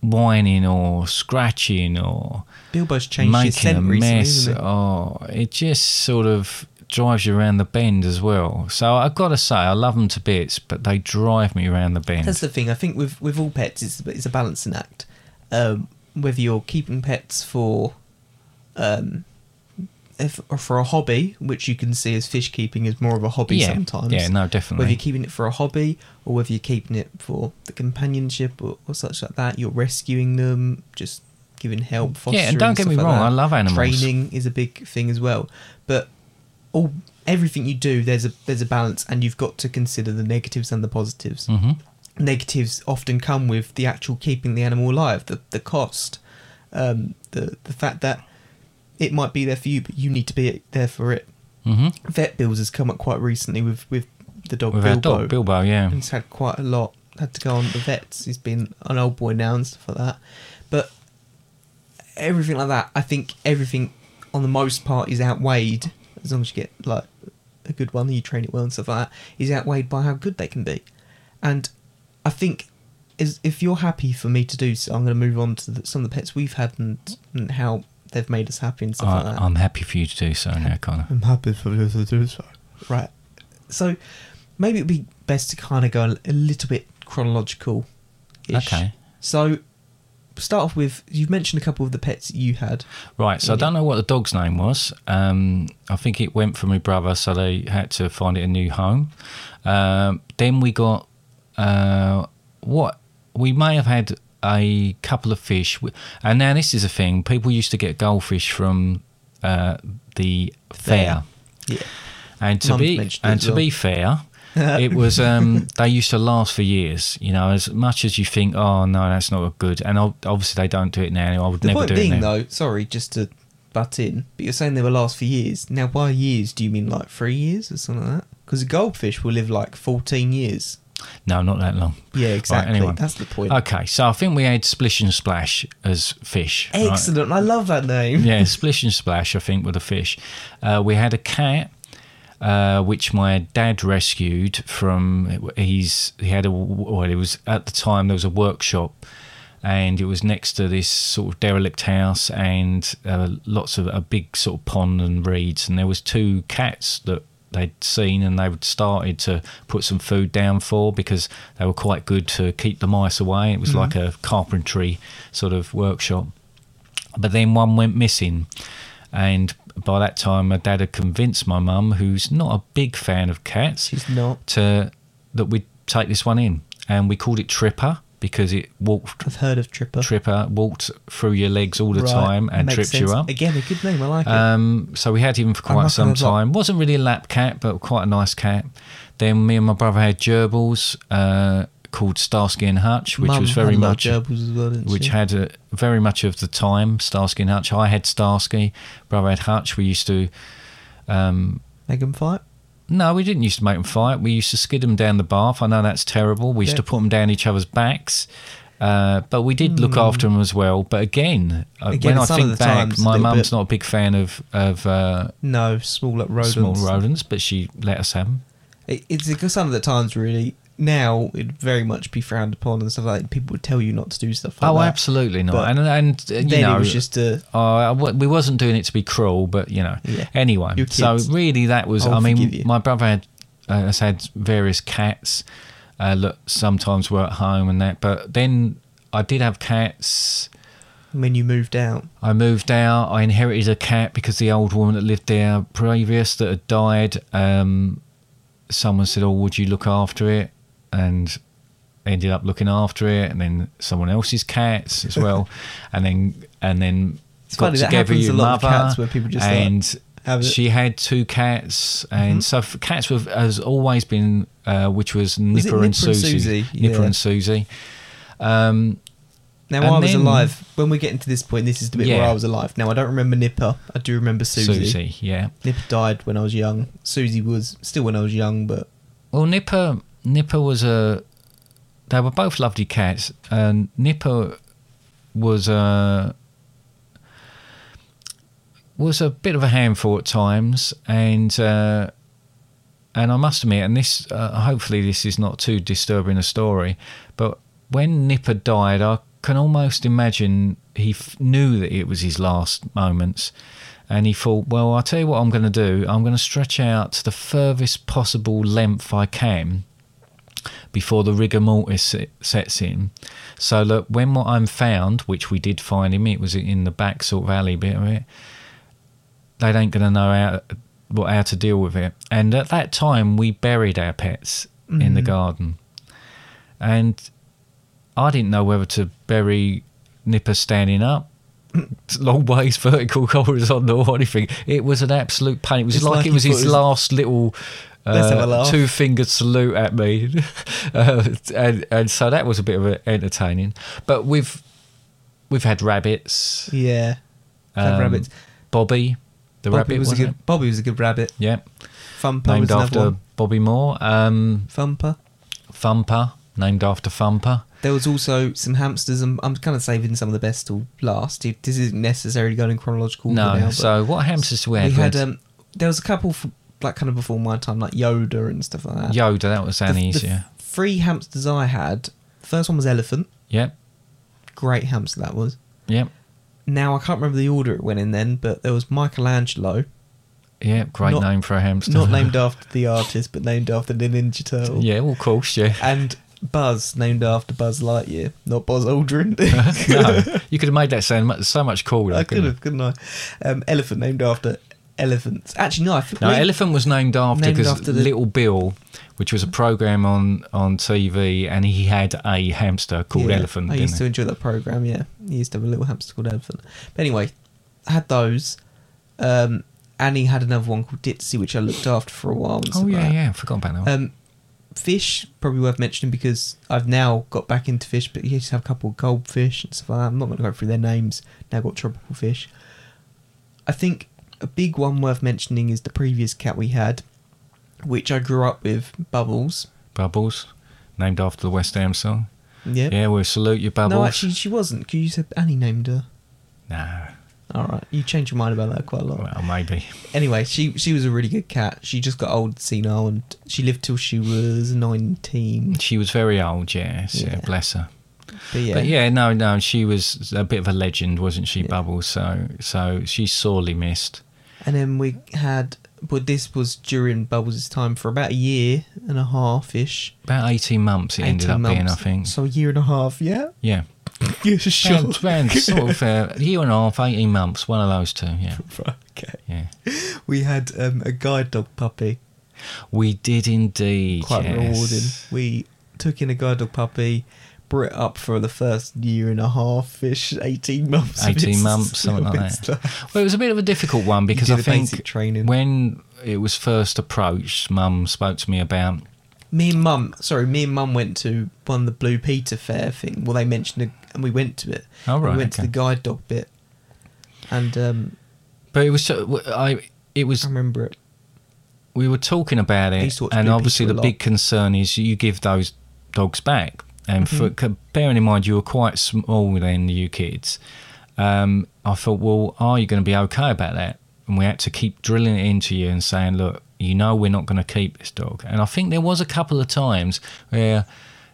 [SPEAKER 2] whining or scratching or
[SPEAKER 1] Bilbo's changed his
[SPEAKER 2] making a
[SPEAKER 1] scent recently,
[SPEAKER 2] mess.
[SPEAKER 1] hasn't he?
[SPEAKER 2] Oh, it just sort of drives you around the bend as well. So I've got to say, I love them to bits, but they drive me around the bend.
[SPEAKER 1] That's the thing. I think with with all pets, it's, it's a balancing act. Um, whether you're keeping pets for, um, if, or for a hobby, which you can see as fish keeping is more of a hobby
[SPEAKER 2] Yeah.
[SPEAKER 1] sometimes.
[SPEAKER 2] Yeah, no, definitely.
[SPEAKER 1] Whether you're keeping it for a hobby or whether you're keeping it for the companionship or, or such like that, you're rescuing them, just giving help, fostering.
[SPEAKER 2] Yeah, and don't get
[SPEAKER 1] stuff
[SPEAKER 2] me
[SPEAKER 1] like
[SPEAKER 2] wrong,
[SPEAKER 1] that.
[SPEAKER 2] I love animals.
[SPEAKER 1] Training is a big thing as well, but all everything you do, there's a there's a balance, and you've got to consider the negatives and the positives
[SPEAKER 2] Mm-hmm.
[SPEAKER 1] negatives often come with the actual keeping the animal alive, the the cost, um, the the fact that it might be there for you, but you need to be there for it. Mm-hmm. Vet bills has come up quite recently with with the dog
[SPEAKER 2] With our
[SPEAKER 1] Bilbo.
[SPEAKER 2] dog, Bilbo, yeah.
[SPEAKER 1] and he's had quite a lot. Had to go on the vets. He's been an old boy now and stuff like that. But everything like that, I think everything on the most part is outweighed as long as you get like a good one and you train it well and stuff like that, is outweighed by how good they can be. And I think is if you're happy for me to do so, I'm going to move on to the, some of the pets we've had and, and how they've made us happy and stuff like
[SPEAKER 2] I,
[SPEAKER 1] that.
[SPEAKER 2] I'm happy for you to do so now, Connor.
[SPEAKER 1] I'm happy for you to do so. Right. So maybe it'd be best to kind of go a- a little bit chronological.
[SPEAKER 2] Okay.
[SPEAKER 1] So start off with you've mentioned a couple of the pets that you had.
[SPEAKER 2] Right, so I don't know what the dog's name was. Um, I think it went for my brother, so they had to find it a new home. Um, then we got uh, what we may have had a couple of fish, We- and now this is a thing. People used to get goldfish from uh, the fair,
[SPEAKER 1] Yeah.
[SPEAKER 2] and to
[SPEAKER 1] Mum's
[SPEAKER 2] be
[SPEAKER 1] mentioned it
[SPEAKER 2] and
[SPEAKER 1] as
[SPEAKER 2] to
[SPEAKER 1] well.
[SPEAKER 2] be fair.
[SPEAKER 1] (laughs)
[SPEAKER 2] it was um, they used to last for years, you know. As much as you think, oh no, that's not good, and ob- obviously they don't do it now. I would
[SPEAKER 1] The
[SPEAKER 2] never
[SPEAKER 1] point
[SPEAKER 2] do it
[SPEAKER 1] being,
[SPEAKER 2] now.
[SPEAKER 1] though, sorry, just to butt in, but you're saying they will last for years. Now, by years, do you mean like three years or something like that? Because a goldfish will live like 14 years.
[SPEAKER 2] No, not that long.
[SPEAKER 1] Yeah,
[SPEAKER 2] Right,
[SPEAKER 1] exactly. That's the point.
[SPEAKER 2] Okay, so I think we had Splish and Splash as fish. right?
[SPEAKER 1] Excellent. I love that name.
[SPEAKER 2] Yeah, Splish and Splash, I think, were the fish. Uh, we had a cat. Uh, which my dad rescued from he's he had a well it was at the time there was a workshop and it was next to this sort of derelict house and uh, lots of a big sort of pond and reeds and there was two cats that they'd seen and they would started to put some food down for because they were quite good to keep the mice away it was like a carpentry sort of workshop but then one went missing. And by that time, my dad had convinced my mum, who's not a big fan of cats,
[SPEAKER 1] She's not.
[SPEAKER 2] to that we'd take this one in. And we called it Tripper because it walked
[SPEAKER 1] I've heard of Tripper.
[SPEAKER 2] Tripper walked through your legs all the
[SPEAKER 1] Right,
[SPEAKER 2] time and
[SPEAKER 1] makes
[SPEAKER 2] trips
[SPEAKER 1] sense.
[SPEAKER 2] you up.
[SPEAKER 1] Again, a good name. I like it.
[SPEAKER 2] Um, so we had him for
[SPEAKER 1] I'm
[SPEAKER 2] quite
[SPEAKER 1] not
[SPEAKER 2] some
[SPEAKER 1] gonna lie.
[SPEAKER 2] time. Wasn't really a lap cat, but quite a nice cat. Then me and my brother had gerbils uh, called Starsky and Hutch, which
[SPEAKER 1] Mum
[SPEAKER 2] was very
[SPEAKER 1] had a lot
[SPEAKER 2] much
[SPEAKER 1] of gerbils as well, didn't
[SPEAKER 2] which
[SPEAKER 1] she?
[SPEAKER 2] had a, very much of the time Starsky and Hutch. I had Starsky, brother had Hutch. We used to
[SPEAKER 1] Make 'em fight.
[SPEAKER 2] no, we didn't used to make them fight. We used to skid them down the bath. I know that's terrible. We used
[SPEAKER 1] Yeah.
[SPEAKER 2] to put them down each other's backs. Uh, but we did look after them as well. But again, uh,
[SPEAKER 1] Hmm. Again,
[SPEAKER 2] when I
[SPEAKER 1] some of
[SPEAKER 2] think
[SPEAKER 1] the time
[SPEAKER 2] back,
[SPEAKER 1] it's a
[SPEAKER 2] my
[SPEAKER 1] little
[SPEAKER 2] mum's
[SPEAKER 1] bit-
[SPEAKER 2] not a big fan of of uh,
[SPEAKER 1] No, small like rodents.
[SPEAKER 2] small rodents, but she let us have them.
[SPEAKER 1] It, it's because some of the times really now it'd very much be frowned upon and stuff like that. People would tell you not to do stuff like
[SPEAKER 2] oh,
[SPEAKER 1] that.
[SPEAKER 2] absolutely not.
[SPEAKER 1] But
[SPEAKER 2] and and uh, you
[SPEAKER 1] then
[SPEAKER 2] know,
[SPEAKER 1] it was just a
[SPEAKER 2] Uh, I wa- we wasn't doing it to be cruel, but you know.
[SPEAKER 1] Yeah.
[SPEAKER 2] Anyway,
[SPEAKER 1] You're
[SPEAKER 2] so
[SPEAKER 1] kids.
[SPEAKER 2] really, that was.
[SPEAKER 1] I'll
[SPEAKER 2] I
[SPEAKER 1] forgive
[SPEAKER 2] mean,
[SPEAKER 1] you.
[SPEAKER 2] my brother had uh, has had various cats uh, that sometimes were at home and that, but then I did have cats.
[SPEAKER 1] when you moved out.
[SPEAKER 2] I moved out. I inherited a cat because the old woman that lived there previous that had died. Um, someone said, "Oh, would you look after it?" and ended up looking after it, and then someone else's
[SPEAKER 1] (laughs)
[SPEAKER 2] cats as well, and then and then
[SPEAKER 1] It's funny, that happens a lot with cats where people just, like,
[SPEAKER 2] and
[SPEAKER 1] have it. Mm-hmm.
[SPEAKER 2] she had two cats, and so f- cats have has always been, uh, which was Nipper,
[SPEAKER 1] Was it
[SPEAKER 2] and
[SPEAKER 1] Nipper and
[SPEAKER 2] Susie,
[SPEAKER 1] Susie?
[SPEAKER 2] Nipper
[SPEAKER 1] Yeah.
[SPEAKER 2] and Susie. Um,
[SPEAKER 1] Now
[SPEAKER 2] And
[SPEAKER 1] I was
[SPEAKER 2] then-
[SPEAKER 1] alive. When we're getting to this point, this is the bit where
[SPEAKER 2] Yeah.
[SPEAKER 1] I was alive. Now I don't remember Nipper. I do remember Susie.
[SPEAKER 2] Susie, yeah.
[SPEAKER 1] Nipper died when I was young. Susie was still when I was young, but
[SPEAKER 2] Well, Nipper, Nipper was a. They were both lovely cats, and Nipper was a was a bit of a handful at times, and uh, and I must admit, and this uh, hopefully this is not too disturbing a story, but when Nipper died, I can almost imagine he f- knew that it was his last moments, and he thought, well, I'll tell you what I'm going to do. I'm going to stretch out to the furthest possible length I can before the rigor mortis se- sets in. So that when what I'm found, which we did find him, it was in the back sort of alley bit of it. They ain't going to know how what how to deal with it. And at that time, we buried our pets in the garden, and I didn't know whether to bury Nipper standing up. Long ways vertical (laughs) horizontal or anything. It was an absolute pain. It was
[SPEAKER 1] It's
[SPEAKER 2] like,
[SPEAKER 1] like
[SPEAKER 2] it
[SPEAKER 1] you
[SPEAKER 2] was
[SPEAKER 1] thought
[SPEAKER 2] his
[SPEAKER 1] it was-
[SPEAKER 2] last little
[SPEAKER 1] Let's have a laugh.
[SPEAKER 2] two fingered salute at me, (laughs) uh, and, and so that was a bit of a entertaining. But we've we've had rabbits,
[SPEAKER 1] yeah, Clever
[SPEAKER 2] um,
[SPEAKER 1] rabbits.
[SPEAKER 2] Bobby, the
[SPEAKER 1] Bobby
[SPEAKER 2] rabbit
[SPEAKER 1] was a
[SPEAKER 2] wasn't
[SPEAKER 1] good. Bobby was a good rabbit.
[SPEAKER 2] it? Yeah,
[SPEAKER 1] Thumper
[SPEAKER 2] named
[SPEAKER 1] was another
[SPEAKER 2] after
[SPEAKER 1] one.
[SPEAKER 2] Bobby Moore. Um,
[SPEAKER 1] Thumper.
[SPEAKER 2] Thumper, named after Thumper.
[SPEAKER 1] There was also some hamsters. I'm, I'm kind of saving some of the best till last. If this isn't necessarily going in chronological order
[SPEAKER 2] No,
[SPEAKER 1] now, but
[SPEAKER 2] so what hamsters do we have?
[SPEAKER 1] we had um, there was a couple f like kind of before my time, like Yoda and stuff like that.
[SPEAKER 2] Yoda. That was
[SPEAKER 1] um, The-
[SPEAKER 2] an
[SPEAKER 1] the
[SPEAKER 2] easier.
[SPEAKER 1] Three hamsters I had. First one was elephant.
[SPEAKER 2] Yep,
[SPEAKER 1] Great hamster that was.
[SPEAKER 2] yep,
[SPEAKER 1] Now I can't remember the order it went in then, but there was Michelangelo,
[SPEAKER 2] yep. Great
[SPEAKER 1] Not-
[SPEAKER 2] name for a hamster.
[SPEAKER 1] not
[SPEAKER 2] (laughs)
[SPEAKER 1] named after the artist, but named after the Ninja Turtle.
[SPEAKER 2] yeah, well, of course, yeah.
[SPEAKER 1] (laughs) And Buzz, named after Buzz Lightyear, not Buzz
[SPEAKER 2] (laughs)
[SPEAKER 1] Aldrin.
[SPEAKER 2] no, you could have made that sound mu- so much cooler.
[SPEAKER 1] I
[SPEAKER 2] couldn't
[SPEAKER 1] could
[SPEAKER 2] you?
[SPEAKER 1] have, couldn't I? Um, elephant named after elephants. Actually, no. I think
[SPEAKER 2] No,
[SPEAKER 1] we-
[SPEAKER 2] Elephant was named after
[SPEAKER 1] Named
[SPEAKER 2] because
[SPEAKER 1] after the-
[SPEAKER 2] Little Bill, which was a program on, on TV, and he had a hamster called
[SPEAKER 1] Yeah,
[SPEAKER 2] Elephant.
[SPEAKER 1] I
[SPEAKER 2] didn't
[SPEAKER 1] used
[SPEAKER 2] he?
[SPEAKER 1] to enjoy that program. Yeah, he used to have a little hamster called Elephant. But anyway, I had those. Um, and he had another one called Ditsy, which I looked after for a while. and
[SPEAKER 2] Oh
[SPEAKER 1] stuff
[SPEAKER 2] yeah,
[SPEAKER 1] like that.
[SPEAKER 2] yeah, I forgot about that. One.
[SPEAKER 1] Um, fish probably worth mentioning because I've now got back into fish, but you just have a couple of goldfish and stuff like that. I'm not going to go through their names. Now got tropical fish. I think a big one worth mentioning is the previous cat we had, which I grew up with, Bubbles.
[SPEAKER 2] Bubbles, named after the West Ham song.
[SPEAKER 1] Yeah.
[SPEAKER 2] Yeah, we salute you, Bubbles.
[SPEAKER 1] No, actually, she wasn't. Because you said Annie named her.
[SPEAKER 2] no,
[SPEAKER 1] All right, you changed your mind about that quite a lot.
[SPEAKER 2] well, maybe.
[SPEAKER 1] Anyway, she she was a really good cat. She just got old, senile, and she lived till she was nineteen.
[SPEAKER 2] She was very old. Yes, yeah,
[SPEAKER 1] Yeah.
[SPEAKER 2] bless her.
[SPEAKER 1] But yeah,
[SPEAKER 2] But yeah, no, no, she was a bit of a legend, wasn't she, Bubbles? So, so she's sorely missed.
[SPEAKER 1] And then we had, but this was during Bubbles' time for about a year and a half ish.
[SPEAKER 2] About eighteen months, it ended up
[SPEAKER 1] 18
[SPEAKER 2] being, I
[SPEAKER 1] months.
[SPEAKER 2] think.
[SPEAKER 1] So a year and a half, yeah?
[SPEAKER 2] (laughs) yeah.
[SPEAKER 1] (laughs) Yeah, sure.
[SPEAKER 2] Around,
[SPEAKER 1] (laughs)
[SPEAKER 2] around sort of uh, a year and a half, 18 months, one of those two, yeah.
[SPEAKER 1] okay.
[SPEAKER 2] Yeah.
[SPEAKER 1] We had um, a guide dog puppy.
[SPEAKER 2] We did indeed.
[SPEAKER 1] Quite
[SPEAKER 2] yes.
[SPEAKER 1] rewarding. We took in a guide dog puppy, brought it up for the first year and a half ish, 18 months. of
[SPEAKER 2] 18
[SPEAKER 1] its
[SPEAKER 2] months, something like
[SPEAKER 1] little
[SPEAKER 2] that.
[SPEAKER 1] stuff.
[SPEAKER 2] Well, it was a bit of a difficult one because
[SPEAKER 1] did
[SPEAKER 2] I
[SPEAKER 1] the
[SPEAKER 2] think
[SPEAKER 1] basic training.
[SPEAKER 2] when it was first approached, Mum spoke to me about.
[SPEAKER 1] Me and mum, sorry, me and mum went to one of the Blue Peter Fair thing. Well, they mentioned it and we went to it.
[SPEAKER 2] Oh, right,
[SPEAKER 1] We went to
[SPEAKER 2] okay.
[SPEAKER 1] the guide dog bit. And um,
[SPEAKER 2] But it was so- I. It was
[SPEAKER 1] I remember it.
[SPEAKER 2] we were talking about
[SPEAKER 1] I
[SPEAKER 2] it,
[SPEAKER 1] used to watch
[SPEAKER 2] and
[SPEAKER 1] Blue
[SPEAKER 2] obviously
[SPEAKER 1] Peter
[SPEAKER 2] the
[SPEAKER 1] a lot.
[SPEAKER 2] big concern is you give those dogs back. And for,
[SPEAKER 1] Mm-hmm.
[SPEAKER 2] c- bearing in mind you were quite small then, you kids, um, I thought, well, are you going to be okay about that? And we had to keep drilling it into you and saying, look, you know we're not going to keep this dog. And I think there was a couple of times where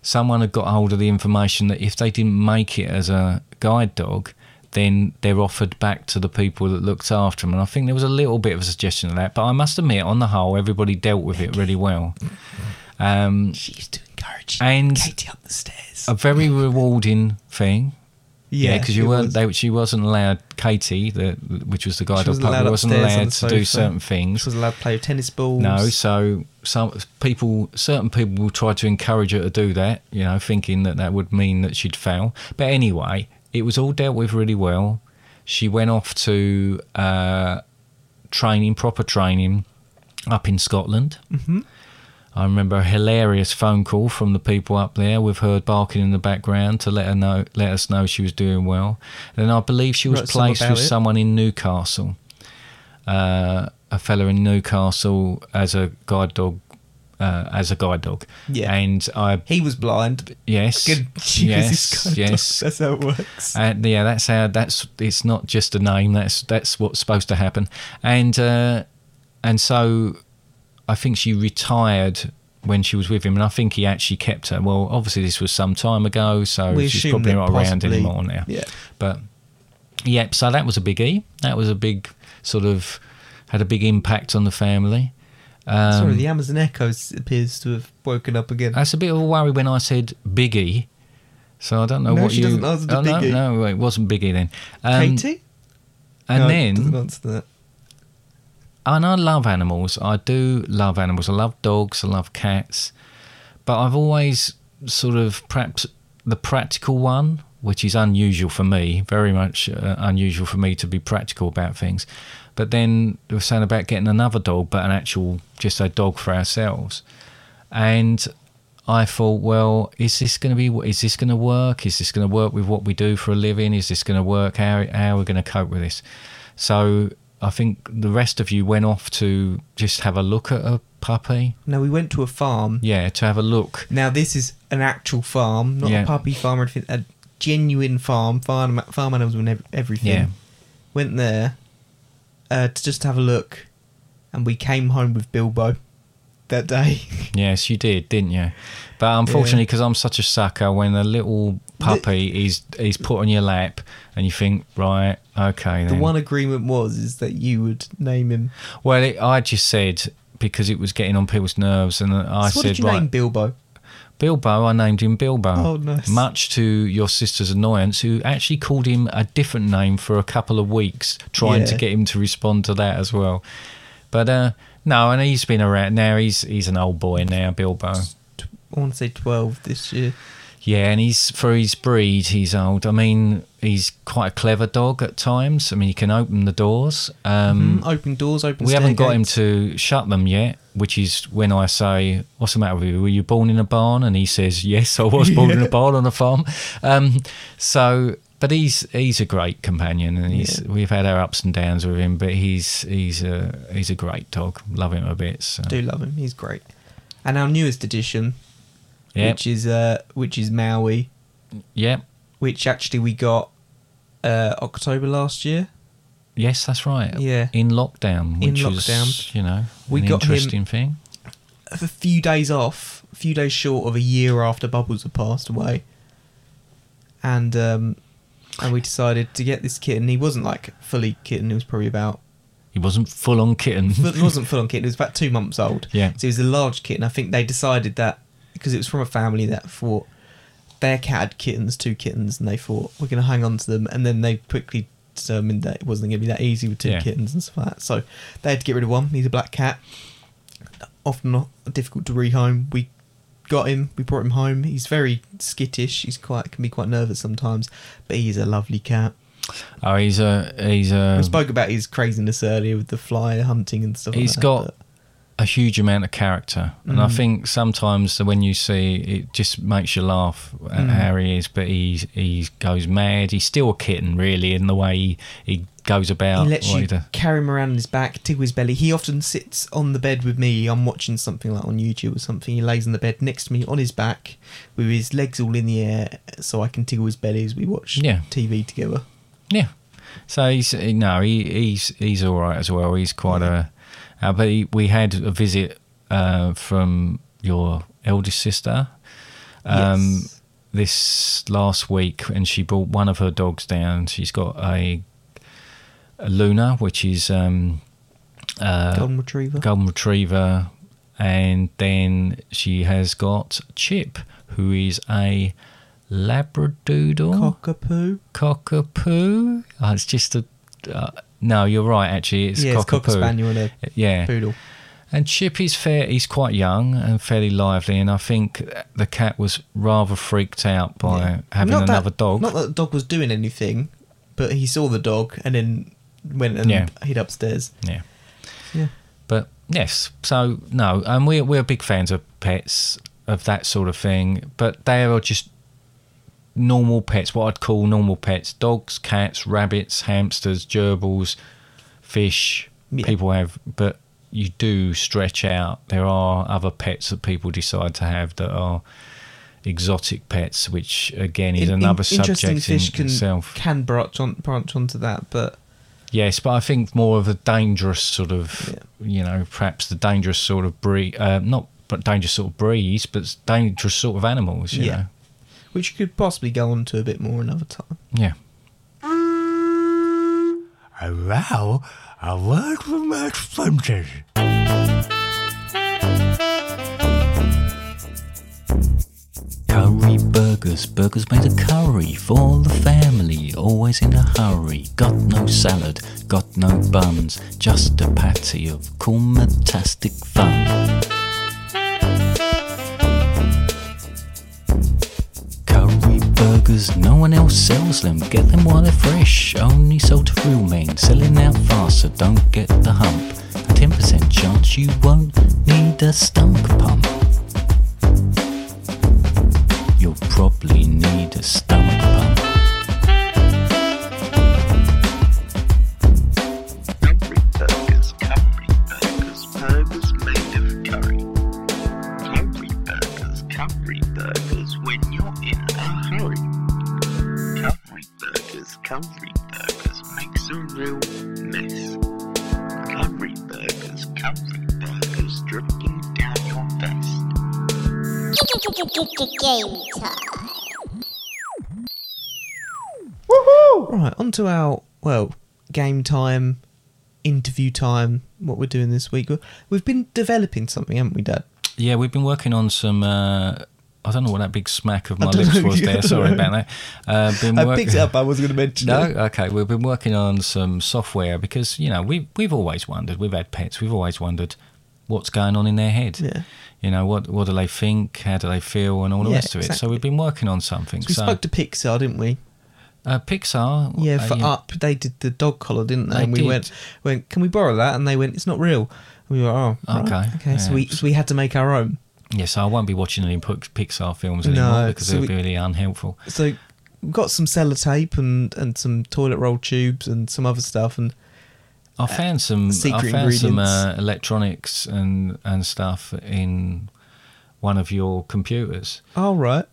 [SPEAKER 2] someone had got hold of the information that if they didn't make it as a guide dog, then they're offered back to the people that looked after them. And I think there was a little bit of a suggestion of that. But I must admit, on the whole, everybody dealt with it really well.
[SPEAKER 1] Mm-hmm.
[SPEAKER 2] Um,
[SPEAKER 1] She used to encourage
[SPEAKER 2] And-
[SPEAKER 1] Katie up the stairs.
[SPEAKER 2] a very rewarding thing. Yeah, because
[SPEAKER 1] it
[SPEAKER 2] you weren't.
[SPEAKER 1] was.
[SPEAKER 2] They, she wasn't allowed. Katie, the, which was the guide
[SPEAKER 1] She
[SPEAKER 2] dog
[SPEAKER 1] wasn't
[SPEAKER 2] puppy,
[SPEAKER 1] allowed
[SPEAKER 2] wasn't
[SPEAKER 1] upstairs on the
[SPEAKER 2] allowed to do
[SPEAKER 1] sofa.
[SPEAKER 2] certain things.
[SPEAKER 1] She was allowed to play with tennis balls.
[SPEAKER 2] No, so some people, certain people will try to encourage her to do that, you know, thinking that that would mean that she'd fail. But anyway, it was all dealt with really well. She went off to uh, training, proper training, up in Scotland. Mm-hmm. I remember a hilarious phone call from the people up there with her barking in the background to let her know, let us know she was doing well. Then I believe she was
[SPEAKER 1] Wrote some
[SPEAKER 2] placed
[SPEAKER 1] about
[SPEAKER 2] with
[SPEAKER 1] it.
[SPEAKER 2] someone in Newcastle uh, a fella in Newcastle as a guide dog, uh, as a guide dog.
[SPEAKER 1] Yeah.
[SPEAKER 2] and I
[SPEAKER 1] he was blind.
[SPEAKER 2] yes,
[SPEAKER 1] Good. (laughs) She was his guide dog.
[SPEAKER 2] yes, yes. Ah,
[SPEAKER 1] That's how it works.
[SPEAKER 2] And yeah, that's how that's it's not just a name. That's that's what's supposed to happen. And uh, and so I think she retired when she was with him, and I think he actually kept her. Well, obviously this was some time ago, so
[SPEAKER 1] We
[SPEAKER 2] she's
[SPEAKER 1] assume
[SPEAKER 2] probably
[SPEAKER 1] that
[SPEAKER 2] not around
[SPEAKER 1] possibly-
[SPEAKER 2] anymore now.
[SPEAKER 1] yeah.
[SPEAKER 2] but Yep, so that was a biggie. That was a big sort of had a big impact on the family. Um,
[SPEAKER 1] Sorry, the Amazon Echo s- appears to have woken up again.
[SPEAKER 2] That's a bit of a worry when I said biggie. So I don't know
[SPEAKER 1] No,
[SPEAKER 2] what
[SPEAKER 1] she
[SPEAKER 2] you.
[SPEAKER 1] doesn't answer to
[SPEAKER 2] oh, no,
[SPEAKER 1] biggie.
[SPEAKER 2] no, it wasn't biggie then. Um,
[SPEAKER 1] E. Katie?
[SPEAKER 2] and
[SPEAKER 1] No, doesn't
[SPEAKER 2] then,
[SPEAKER 1] answer that.
[SPEAKER 2] and I love animals. I do love animals. I love dogs. I love cats. But I've always sort of perhaps the practical one, which is unusual for me, very much uh, unusual for me to be practical about things. But then we were saying about getting another dog, but an actual, just a dog for ourselves. And I thought, well, is this going to be? Is this going to work? Is this going to work with what we do for a living? Is this going to work? How how are we going to cope with this? So I think the rest of you went off to just have a look at a puppy.
[SPEAKER 1] No, we went to a farm.
[SPEAKER 2] Yeah, to have a look.
[SPEAKER 1] Now, this is an actual farm, not
[SPEAKER 2] Yeah.
[SPEAKER 1] a puppy farm or anything. A genuine farm, farm, farm animals and ev- everything.
[SPEAKER 2] Yeah.
[SPEAKER 1] Went there uh, to just have a look, and we came home with Bilbo that day. (laughs)
[SPEAKER 2] Yes, you did, didn't you? But unfortunately, because I'm such a sucker, when a little puppy is is put on your lap, and you think, right, okay,
[SPEAKER 1] the
[SPEAKER 2] then.
[SPEAKER 1] one agreement was is that you would name him.
[SPEAKER 2] well, it, I just said because it was getting on people's nerves, and I
[SPEAKER 1] so what
[SPEAKER 2] said,
[SPEAKER 1] did you
[SPEAKER 2] right,
[SPEAKER 1] name Bilbo?
[SPEAKER 2] Bilbo, I named him Bilbo.
[SPEAKER 1] Oh, nice.
[SPEAKER 2] Much to your sister's annoyance, who actually called him a different name for a couple of weeks, trying to
[SPEAKER 1] Yeah.
[SPEAKER 2] get him to respond to that as well. But uh, no, and he's been around now. He's he's an old boy now, Bilbo.
[SPEAKER 1] Tw- I want to say 12 this year.
[SPEAKER 2] Yeah, and he's for his breed, he's old. I mean, he's quite a clever dog at times. I mean, he can open the doors. Um,
[SPEAKER 1] Mm, open doors, open
[SPEAKER 2] we haven't got him
[SPEAKER 1] stairgates.
[SPEAKER 2] to shut them yet, which is when I say, "What's the matter with you? Were you born in a barn?" And he says, "Yes, I was born in a barn on a farm." Um, so, but he's he's a great companion, and he's we've had our ups and downs with him, but he's he's a he's a great dog. Love him a bit. So.
[SPEAKER 1] do love him. He's great. And our newest addition,
[SPEAKER 2] Yep,
[SPEAKER 1] which is uh, which is Maui,
[SPEAKER 2] yep,
[SPEAKER 1] which actually we got uh, October last year.
[SPEAKER 2] yes, that's right.
[SPEAKER 1] Yeah.
[SPEAKER 2] in lockdown,
[SPEAKER 1] In
[SPEAKER 2] which was,
[SPEAKER 1] lockdown.
[SPEAKER 2] you know,
[SPEAKER 1] We
[SPEAKER 2] an
[SPEAKER 1] got him-
[SPEAKER 2] interesting thing.
[SPEAKER 1] A few days off, a few days short of a year after Bubbles had passed away, and um, and we decided to get this kitten. He wasn't like fully kitten. He was probably about
[SPEAKER 2] He wasn't full on kitten.
[SPEAKER 1] but it wasn't full on kitten. It was about two months old.
[SPEAKER 2] Yeah.
[SPEAKER 1] So it was a large kitten. I think they decided that because it was from a family that thought their cat had kittens, two kittens, and they thought we're going to hang on to them. And then they quickly determined that it wasn't going to be that easy with two
[SPEAKER 2] Yeah.
[SPEAKER 1] kittens and stuff like that. So they had to get rid of one. He's a black cat. Often not difficult to rehome. We got him. We brought him home. He's very skittish. He's quite can be quite nervous sometimes, but he's a lovely cat.
[SPEAKER 2] oh, he's a he's um, a.
[SPEAKER 1] We spoke about his craziness earlier with the fly hunting and stuff. like
[SPEAKER 2] He's
[SPEAKER 1] that,
[SPEAKER 2] got
[SPEAKER 1] but- Mm.
[SPEAKER 2] a huge amount of character, and I think sometimes when you see it, just makes you laugh at
[SPEAKER 1] Mm.
[SPEAKER 2] how he is. But he he goes mad. He's still a kitten, really, in the way he, he goes about.
[SPEAKER 1] He lets
[SPEAKER 2] what
[SPEAKER 1] you
[SPEAKER 2] he does.
[SPEAKER 1] carry him around on his back, tickle his belly. He often sits on the bed with me. I'm watching something like on YouTube or something. He lays on the bed next to me on his back with his legs all in the air so I can tickle his belly as we watch
[SPEAKER 2] Yeah.
[SPEAKER 1] TV together.
[SPEAKER 2] Yeah. So he's no, he, he's he's all right as well. He's quite a Uh, but he- we had a visit uh, from your eldest sister um,
[SPEAKER 1] Yes.
[SPEAKER 2] this last week, and she brought one of her dogs down. She's got a, a Luna, which is um, uh,
[SPEAKER 1] Golden Retriever.
[SPEAKER 2] golden retriever, and then she has got Chip, who is a Labradoodle.
[SPEAKER 1] Cockapoo.
[SPEAKER 2] Cockapoo. Oh, it's just a. Uh, no, you're right. Actually, it's
[SPEAKER 1] yeah, it's
[SPEAKER 2] cockapoo.
[SPEAKER 1] Cocker Spaniel and a
[SPEAKER 2] yeah,
[SPEAKER 1] poodle.
[SPEAKER 2] and Chip is fair. He's quite young and fairly lively, and I think the cat was rather freaked out by having
[SPEAKER 1] Not that-
[SPEAKER 2] another dog.
[SPEAKER 1] Not that the dog was doing anything, but he saw the dog and then went and
[SPEAKER 2] Yeah.
[SPEAKER 1] hid upstairs.
[SPEAKER 2] yeah,
[SPEAKER 1] Yeah.
[SPEAKER 2] but yes. So no, and we're we're big fans of pets of that sort of thing, but they are just normal pets. What I'd call normal pets: dogs, cats, rabbits, hamsters, gerbils, fish.
[SPEAKER 1] Yeah.
[SPEAKER 2] People have, but you do stretch out. There are other pets that people decide to have that are exotic pets, which again is
[SPEAKER 1] In- in-
[SPEAKER 2] another
[SPEAKER 1] interesting
[SPEAKER 2] subject in
[SPEAKER 1] fish can,
[SPEAKER 2] itself.
[SPEAKER 1] can branch, on, branch onto that, but
[SPEAKER 2] Yes, but I think more of a dangerous sort of,
[SPEAKER 1] Yeah.
[SPEAKER 2] you know, perhaps the dangerous sort of breed, uh, not but dangerous sort of breeds, but s- dangerous sort of animals. You
[SPEAKER 1] yeah.
[SPEAKER 2] Know?
[SPEAKER 1] Which could possibly go on to a bit more another time.
[SPEAKER 2] Yeah.
[SPEAKER 3] And now, a word from my sponsors.
[SPEAKER 2] Curry burgers, burgers made of curry for the family, always in a hurry. Got no salad, got no buns, just a patty of comatastic fun. Curry burgers, no one else sells them, get them while they're fresh. Only sold to real men, selling out fast, so don't get the hump. A 10% chance you won't need a stomach pump. You'll probably need a stomach pump.
[SPEAKER 4] Curry burgers, curry burgers, burgers made of curry. Curry burgers, curry burgers when you're in a hurry. Curry burgers, curry burgers makes a real mess. Curry burgers, curry burgers dripping down your vest.
[SPEAKER 5] Game time.
[SPEAKER 1] Right, on to our, well, game time, interview time, what we're doing this week. We've been developing something, haven't we, Dad?
[SPEAKER 2] Yeah, we've been working on some. Uh, I don't know what that big smack of my
[SPEAKER 1] I don't
[SPEAKER 2] lips
[SPEAKER 1] know.
[SPEAKER 2] was there. Sorry about that. Uh, been
[SPEAKER 1] I
[SPEAKER 2] work-
[SPEAKER 1] picked it up, I wasn't going to mention it.
[SPEAKER 2] No, okay. We've been working on some software because you know we we've always wondered. We've had pets. We've always wondered what's going on in their head.
[SPEAKER 1] Yeah.
[SPEAKER 2] You know what? What do they think? How do they feel? And all the
[SPEAKER 1] Yeah,
[SPEAKER 2] rest of it. So
[SPEAKER 1] exactly.
[SPEAKER 2] we've been working on something.
[SPEAKER 1] So we
[SPEAKER 2] So,
[SPEAKER 1] spoke to Pixar, didn't we?
[SPEAKER 2] uh, Pixar.
[SPEAKER 1] Yeah,
[SPEAKER 2] uh,
[SPEAKER 1] for Up, they did the dog collar, didn't they?
[SPEAKER 2] They
[SPEAKER 1] and we
[SPEAKER 2] did.
[SPEAKER 1] went, went, can we borrow that? And they went, it's not real. And we were, oh, right,
[SPEAKER 2] Okay,
[SPEAKER 1] okay. So
[SPEAKER 2] yeah.
[SPEAKER 1] we so we had to make our own.
[SPEAKER 2] Yeah, so I won't be watching any Pix- Pixar films
[SPEAKER 1] No,
[SPEAKER 2] anymore because
[SPEAKER 1] so
[SPEAKER 2] they'll
[SPEAKER 1] we-
[SPEAKER 2] be really unhelpful.
[SPEAKER 1] So we got some sellotape and and some toilet roll tubes and some other stuff. And
[SPEAKER 2] I found some.
[SPEAKER 1] Uh, secret
[SPEAKER 2] I found some uh,
[SPEAKER 1] ingredients.
[SPEAKER 2] electronics and and stuff in one of your computers.
[SPEAKER 1] all oh, right,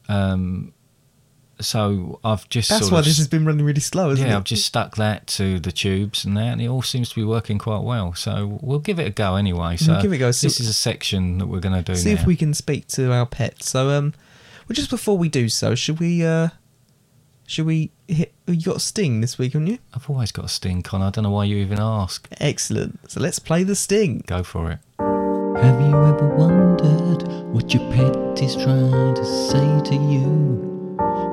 [SPEAKER 2] So I've just
[SPEAKER 1] that's
[SPEAKER 2] sort
[SPEAKER 1] why
[SPEAKER 2] of,
[SPEAKER 1] this has been running really slow, isn't
[SPEAKER 2] yeah,
[SPEAKER 1] it?
[SPEAKER 2] I've just stuck that to the tubes and that, and it all seems to be working quite well. So we'll give it a go anyway. So
[SPEAKER 1] give it a go. See-
[SPEAKER 2] This is a section that we're going to do.
[SPEAKER 1] See
[SPEAKER 2] now.
[SPEAKER 1] if we can speak to our pets. So um, well, just before we do so, should we uh, should we hit? You got a sting this week, haven't you?
[SPEAKER 2] I've always got a sting, Con. I don't know why you even ask.
[SPEAKER 1] Excellent. So let's play the sting.
[SPEAKER 2] Go for it. Have you ever wondered what your pet is trying to say to you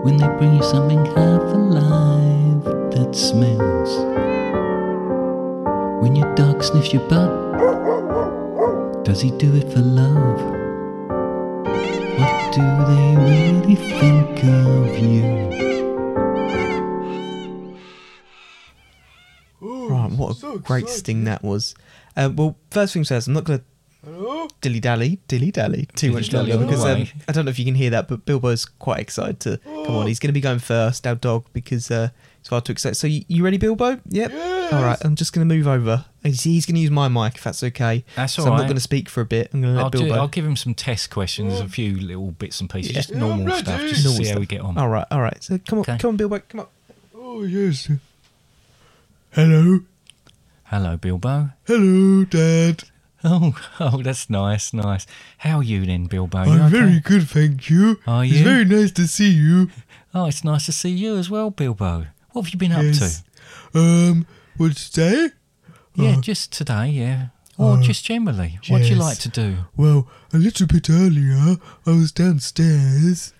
[SPEAKER 2] when they bring you something half alive that smells? When your dog sniffs your butt, does he do it for love? What do they really think of you?
[SPEAKER 1] Right, what a great sting that was. Uh, well, first things first, I'm not going to dilly dally, dilly dally too much
[SPEAKER 2] Dilly-dally
[SPEAKER 1] longer
[SPEAKER 2] all the
[SPEAKER 1] because um,
[SPEAKER 2] way.
[SPEAKER 1] I don't know if you can hear that, but Bilbo's quite excited to
[SPEAKER 5] Oh.
[SPEAKER 1] come on. He's going to be going first, our dog, because uh, it's far too excited. So, you, you ready, Bilbo? Yep. All right, I'm just going to move over. He's, he's going to use my mic if that's okay.
[SPEAKER 2] That's
[SPEAKER 1] so
[SPEAKER 2] all
[SPEAKER 1] I'm
[SPEAKER 2] right.
[SPEAKER 1] not going to speak for a bit. I'm going to let
[SPEAKER 2] I'll, do,
[SPEAKER 1] Bilbo.
[SPEAKER 2] I'll give him some test questions, a few little bits and pieces,
[SPEAKER 1] Yeah.
[SPEAKER 2] just normal stuff, just to
[SPEAKER 1] Normal
[SPEAKER 2] see how
[SPEAKER 1] stuff.
[SPEAKER 2] we get on.
[SPEAKER 1] All right, all right. So, come on,
[SPEAKER 2] Okay.
[SPEAKER 1] come on, Bilbo, come on.
[SPEAKER 3] Oh, yes. Hello.
[SPEAKER 2] Hello, Bilbo. (laughs)
[SPEAKER 3] Hello, Dad.
[SPEAKER 2] Oh, oh, that's nice, nice. How are you then, Bilbo? You okay?
[SPEAKER 5] good, thank you.
[SPEAKER 2] Are It's you? very
[SPEAKER 5] nice to see you.
[SPEAKER 2] Oh, it's nice to see you as well, Bilbo. What have you been up to?
[SPEAKER 5] Um, what today?
[SPEAKER 1] Uh,
[SPEAKER 2] Yeah, just today, yeah. Or just generally. What do you
[SPEAKER 5] yes.
[SPEAKER 2] like to do?
[SPEAKER 5] Well, a little bit earlier, I was downstairs,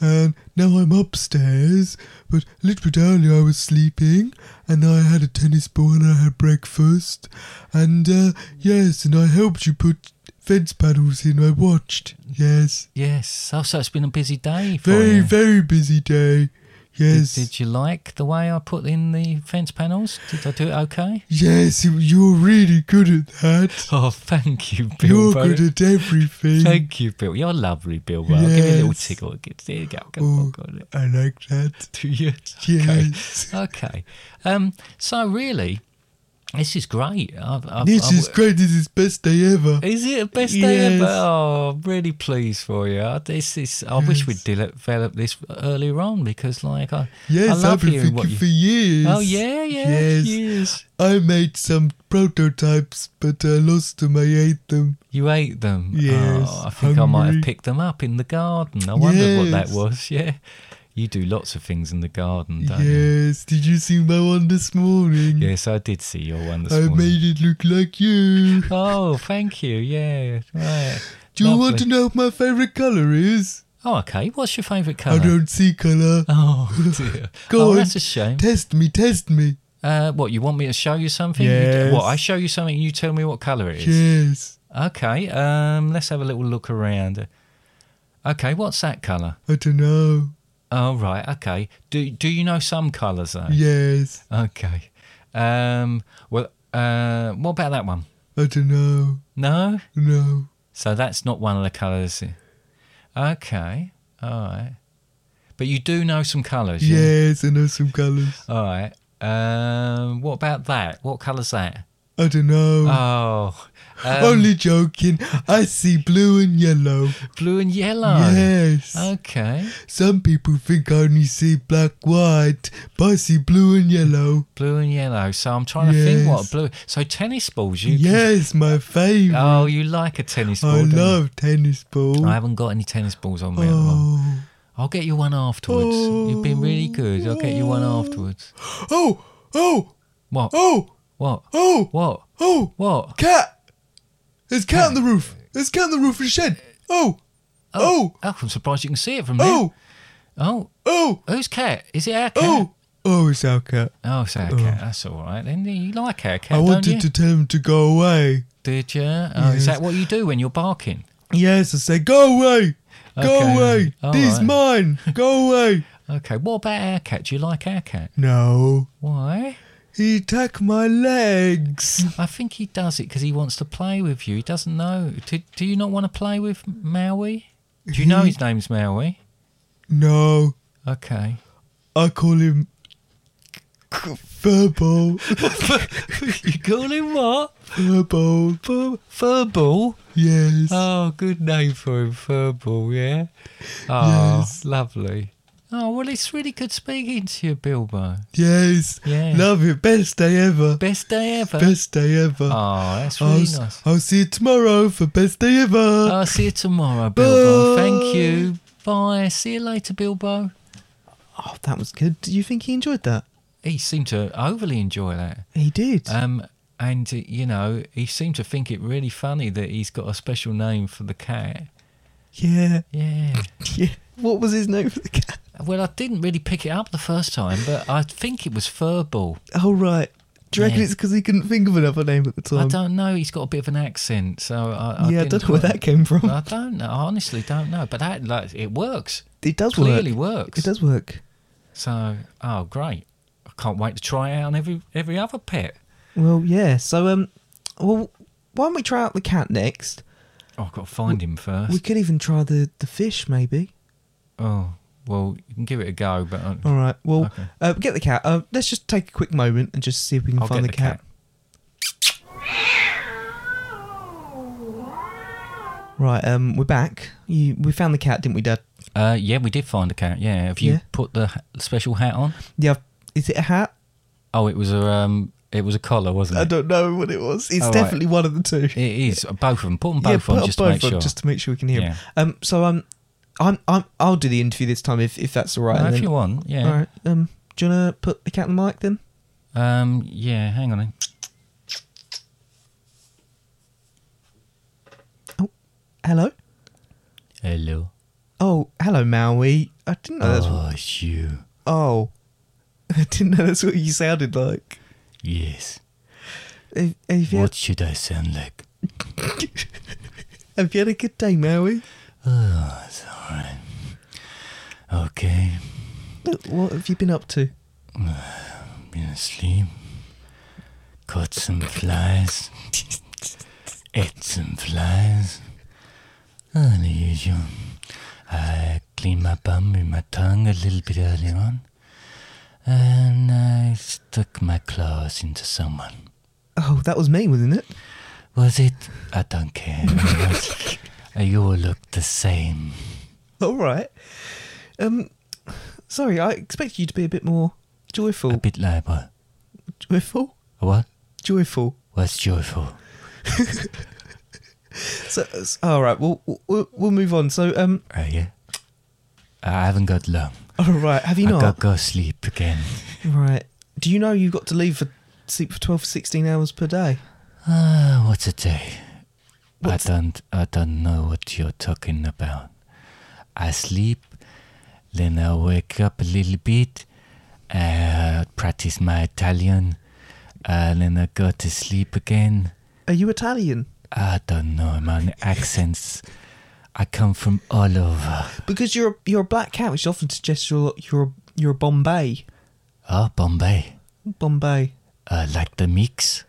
[SPEAKER 5] and now I'm upstairs. But a little bit earlier, I was sleeping, and I had a tennis ball, and I had breakfast, and uh, yes, and I helped you put fence panels in. I watched. Yes,
[SPEAKER 2] Yes. Oh, so it's been a busy day for
[SPEAKER 5] very
[SPEAKER 2] you.
[SPEAKER 5] very busy day.
[SPEAKER 2] Oh, Did,
[SPEAKER 5] Yes,
[SPEAKER 2] did you like the way I put in the fence panels? Did I do it
[SPEAKER 5] (laughs)
[SPEAKER 2] okay?
[SPEAKER 5] yes, you- you're really good at that.
[SPEAKER 2] Oh, thank you,
[SPEAKER 5] You're
[SPEAKER 2] Bilbo.
[SPEAKER 5] good at everything.
[SPEAKER 2] Thank you, Bill. You're lovely, Bilbo. I'll give you a little
[SPEAKER 5] Yes.
[SPEAKER 2] tickle. There you go. Go on,
[SPEAKER 5] oh,
[SPEAKER 2] go on.
[SPEAKER 5] I like that.
[SPEAKER 2] Do you?
[SPEAKER 5] Yes.
[SPEAKER 2] Okay. okay. Um, so really, this is great. I've, I've,
[SPEAKER 5] This
[SPEAKER 2] I've-
[SPEAKER 5] is great. This is best day ever.
[SPEAKER 2] Is it the best day
[SPEAKER 5] Yes.
[SPEAKER 2] ever? Oh, I'm really pleased for you. I- This is. I wish we'd de- developed this earlier on because, like, I I
[SPEAKER 5] Yes, I've
[SPEAKER 2] love
[SPEAKER 5] been
[SPEAKER 2] hearing what
[SPEAKER 5] thinking for
[SPEAKER 2] you.
[SPEAKER 5] years.
[SPEAKER 2] Oh yeah, yeah,
[SPEAKER 5] Yes.
[SPEAKER 2] yes.
[SPEAKER 5] I made some prototypes, but I lost them. I ate them.
[SPEAKER 2] You ate them.
[SPEAKER 5] Yes,
[SPEAKER 2] Oh, I think I might have
[SPEAKER 5] hungry.
[SPEAKER 2] picked them up in the garden. I wondered what that
[SPEAKER 5] Yes.
[SPEAKER 2] was. (laughs) Yeah. You do lots of things in the garden, don't you?
[SPEAKER 5] yes. Did you see my one this morning?
[SPEAKER 2] Yes, I did see your one this
[SPEAKER 5] I
[SPEAKER 2] morning.
[SPEAKER 5] made it look like you.
[SPEAKER 2] Oh, thank you. Yeah. Right.
[SPEAKER 5] Do you want to
[SPEAKER 2] Lovely.
[SPEAKER 5] know what my favorite color is?
[SPEAKER 2] Oh, okay. What's your favourite colour?
[SPEAKER 5] I don't see color.
[SPEAKER 2] (laughs) Oh dear. Uh-huh.
[SPEAKER 5] Go
[SPEAKER 2] oh,
[SPEAKER 5] on.
[SPEAKER 2] that's a shame.
[SPEAKER 5] Test me. Test me.
[SPEAKER 2] Uh, what you want me to show you something? You-
[SPEAKER 5] Yes.
[SPEAKER 2] what I show you something, you tell me what colour it is.
[SPEAKER 5] Yes.
[SPEAKER 2] Okay. Um, let's have a little look around. Okay, what's that colour?
[SPEAKER 5] I don't know.
[SPEAKER 2] Oh right. Okay. Do Do you know some colours though?
[SPEAKER 5] Yes.
[SPEAKER 2] Okay. Um. Well. Uh. What about that one?
[SPEAKER 5] I don't know.
[SPEAKER 2] No.
[SPEAKER 5] No.
[SPEAKER 2] So that's not one of the colours. Okay. All right. But you do know some colours. yeah?
[SPEAKER 5] Yes, I know some colors.
[SPEAKER 2] All right. Um, what about that? What colour's that?
[SPEAKER 5] I don't know.
[SPEAKER 2] Oh, um,
[SPEAKER 5] Only joking. I see blue and yellow.
[SPEAKER 2] blue and yellow.
[SPEAKER 5] Yes.
[SPEAKER 2] Oh. Okay.
[SPEAKER 5] Some people think I only see black, white, but I see blue and yellow.
[SPEAKER 2] Blue and yellow. So I'm trying to think what
[SPEAKER 5] Yes.
[SPEAKER 2] blue. So tennis balls. You. can-
[SPEAKER 5] yes, my favorite.
[SPEAKER 2] oh, you like a tennis ball.
[SPEAKER 5] I
[SPEAKER 2] don't you?
[SPEAKER 5] love tennis ball.
[SPEAKER 2] Oh, I haven't got any tennis balls on me at the moment.
[SPEAKER 5] oh.
[SPEAKER 2] I'll get you one afterwards. You've been really good. I'll get you one afterwards.
[SPEAKER 5] oh, oh,
[SPEAKER 2] What?
[SPEAKER 5] oh,
[SPEAKER 2] What?
[SPEAKER 5] oh,
[SPEAKER 2] What?
[SPEAKER 5] oh,
[SPEAKER 2] What?
[SPEAKER 5] cat. There's cat on the roof. There's cat on the roof of the shed. Oh, oh,
[SPEAKER 2] Oh, I'm surprised you can see it from there.
[SPEAKER 5] oh,
[SPEAKER 2] Oh,
[SPEAKER 5] oh,
[SPEAKER 2] who's cat? Is it our cat?
[SPEAKER 5] oh. Oh, it's our cat.
[SPEAKER 2] Oh, so our cat. That's all right. Then you like our cat,
[SPEAKER 5] I
[SPEAKER 2] don't
[SPEAKER 5] wanted
[SPEAKER 2] you?
[SPEAKER 5] to tell him to go away.
[SPEAKER 2] Did you? Oh, Is
[SPEAKER 5] Yes.
[SPEAKER 2] that what you do when you're barking?
[SPEAKER 5] Yes, I said, go away, go
[SPEAKER 2] Okay,
[SPEAKER 5] away.
[SPEAKER 2] all
[SPEAKER 5] This is
[SPEAKER 2] right.
[SPEAKER 5] mine. Go
[SPEAKER 2] (laughs)
[SPEAKER 5] away.
[SPEAKER 2] Okay. What about our cat? Do you like our cat?
[SPEAKER 5] No,
[SPEAKER 2] Why?
[SPEAKER 5] he attacked my legs.
[SPEAKER 2] I think he does it because he wants to play with you. He doesn't know. Do, do you not want to play with Maui? Do you know his name's Maui?
[SPEAKER 5] No,
[SPEAKER 2] Okay.
[SPEAKER 5] I call him furball,
[SPEAKER 2] (laughs) you call him what?
[SPEAKER 5] furball.
[SPEAKER 2] Fur- Furball?
[SPEAKER 5] Yes,
[SPEAKER 2] Oh, good name for him, Furball, yeah? Oh,
[SPEAKER 5] Yes.
[SPEAKER 2] lovely. Oh, well, it's really good speaking to you, Bilbo.
[SPEAKER 5] yes.
[SPEAKER 2] yeah.
[SPEAKER 5] Love it. Best day ever.
[SPEAKER 2] Best day ever.
[SPEAKER 5] Best day ever.
[SPEAKER 2] Oh, that's
[SPEAKER 5] I'll,
[SPEAKER 2] really
[SPEAKER 5] s-
[SPEAKER 2] nice.
[SPEAKER 5] I'll see you tomorrow for best day ever.
[SPEAKER 2] I'll see you tomorrow, Bilbo.
[SPEAKER 5] Bye.
[SPEAKER 2] Thank you. Bye. See you later, Bilbo.
[SPEAKER 5] oh, that was good. Do you think he enjoyed that?
[SPEAKER 2] He seemed to overly enjoy that.
[SPEAKER 5] He did.
[SPEAKER 2] Um, and, uh, you know, he seemed to think it really funny that he's got a special name for the cat.
[SPEAKER 5] yeah,
[SPEAKER 2] Yeah.
[SPEAKER 5] yeah. What was his name for the cat?
[SPEAKER 2] Well, I didn't really pick it up the first time, but I think it was Furball.
[SPEAKER 5] Oh, right. Do you reckon
[SPEAKER 2] Yeah.
[SPEAKER 5] it's because he couldn't think of another name at the time?
[SPEAKER 2] I
[SPEAKER 1] Um,
[SPEAKER 2] don't know. He's got a bit of an accent, so I, I
[SPEAKER 5] yeah, I
[SPEAKER 2] didn't
[SPEAKER 5] don't know where
[SPEAKER 2] quite-
[SPEAKER 5] that came from.
[SPEAKER 2] I don't know. I honestly don't know. But that, like, it works.
[SPEAKER 5] It does
[SPEAKER 2] Clearly
[SPEAKER 5] work.
[SPEAKER 2] works.
[SPEAKER 5] It does work.
[SPEAKER 2] So, oh, great. I can't wait to try it out on every every other pet.
[SPEAKER 5] Well, yeah. So, um, well, why don't we try out the cat next?
[SPEAKER 2] Oh, I've got to find him first.
[SPEAKER 5] We could even try the the fish, maybe.
[SPEAKER 2] oh, well, you can give it a go, but I,
[SPEAKER 5] All right. Well,
[SPEAKER 2] Okay.
[SPEAKER 5] uh, get the cat. Uh, let's just take a quick moment and just see if we can
[SPEAKER 2] I'll
[SPEAKER 5] find
[SPEAKER 2] get
[SPEAKER 5] the, cat. Right. Um, we're back. You, we found the cat, didn't we, Dad?
[SPEAKER 2] Uh, yeah, we did find a cat. Yeah, have you
[SPEAKER 5] Yeah.
[SPEAKER 2] put the ha- special hat on?
[SPEAKER 5] Yeah. Is it a hat?
[SPEAKER 2] Oh, it was a um
[SPEAKER 6] It was a collar, wasn't
[SPEAKER 1] I
[SPEAKER 6] it?
[SPEAKER 1] don't know what it was. It's
[SPEAKER 6] Oh, right.
[SPEAKER 1] definitely one of the two.
[SPEAKER 6] It is. Both of them. Put them both
[SPEAKER 1] put
[SPEAKER 6] on
[SPEAKER 1] up
[SPEAKER 6] just to make
[SPEAKER 1] on
[SPEAKER 6] sure.
[SPEAKER 1] just to make sure we can hear 'em.
[SPEAKER 6] Yeah.
[SPEAKER 1] Um, so um, I'm I'm I'll do the interview this time if if that's all right.
[SPEAKER 6] No,
[SPEAKER 1] and
[SPEAKER 6] if
[SPEAKER 1] then-
[SPEAKER 6] you want, yeah.
[SPEAKER 1] All right. Um, do you wanna put the cat on the mic then?
[SPEAKER 6] Um, yeah, hang on.
[SPEAKER 1] Oh, Hello.
[SPEAKER 6] Hello.
[SPEAKER 1] Oh, hello, Maui. I didn't know that's.
[SPEAKER 2] Oh, you.
[SPEAKER 1] Oh, (laughs) I didn't know that's what you sounded like.
[SPEAKER 2] Yes.
[SPEAKER 1] Have, have you had,
[SPEAKER 2] What should I sound like?
[SPEAKER 1] have you had a good day, Maui?
[SPEAKER 2] Oh, it's alright. Okay.
[SPEAKER 1] What have you been up to?
[SPEAKER 2] Been asleep. Caught some flies. Ate some flies. Oh, the usual. I cleaned my bum with my tongue a little bit earlier on. And I stuck my claws into someone.
[SPEAKER 1] Oh, that was me, wasn't it?
[SPEAKER 2] Was it? I don't care. (laughs) you all look the same.
[SPEAKER 1] All right. Um, sorry, I expected you to be a bit more joyful.
[SPEAKER 2] A bit like what?
[SPEAKER 1] joyful,
[SPEAKER 2] What?
[SPEAKER 1] joyful.
[SPEAKER 2] What's joyful?
[SPEAKER 1] So, so- all right, we'll, we'll we'll move on. So, um,
[SPEAKER 2] Uh, yeah. I haven't got long.
[SPEAKER 1] all right, have you
[SPEAKER 2] I
[SPEAKER 1] not?
[SPEAKER 2] gotta go sleep again.
[SPEAKER 1] Right. Do you know you've got to leave for sleep for 12 16 hours per day?
[SPEAKER 2] Ah, what's a day?
[SPEAKER 1] What's-
[SPEAKER 2] I don't. I don't know what you're talking about. I sleep, then I wake up a little bit, uh, practice my Italian, uh, then I go to sleep again.
[SPEAKER 1] Are you Italian?
[SPEAKER 2] I don't know, man. Accents. I come from all over.
[SPEAKER 1] Because you're a, you're a black cat, which often suggests you're you're a- you're a Bombay.
[SPEAKER 2] Oh, Bombay.
[SPEAKER 1] Bombay.
[SPEAKER 2] Uh, like the mix.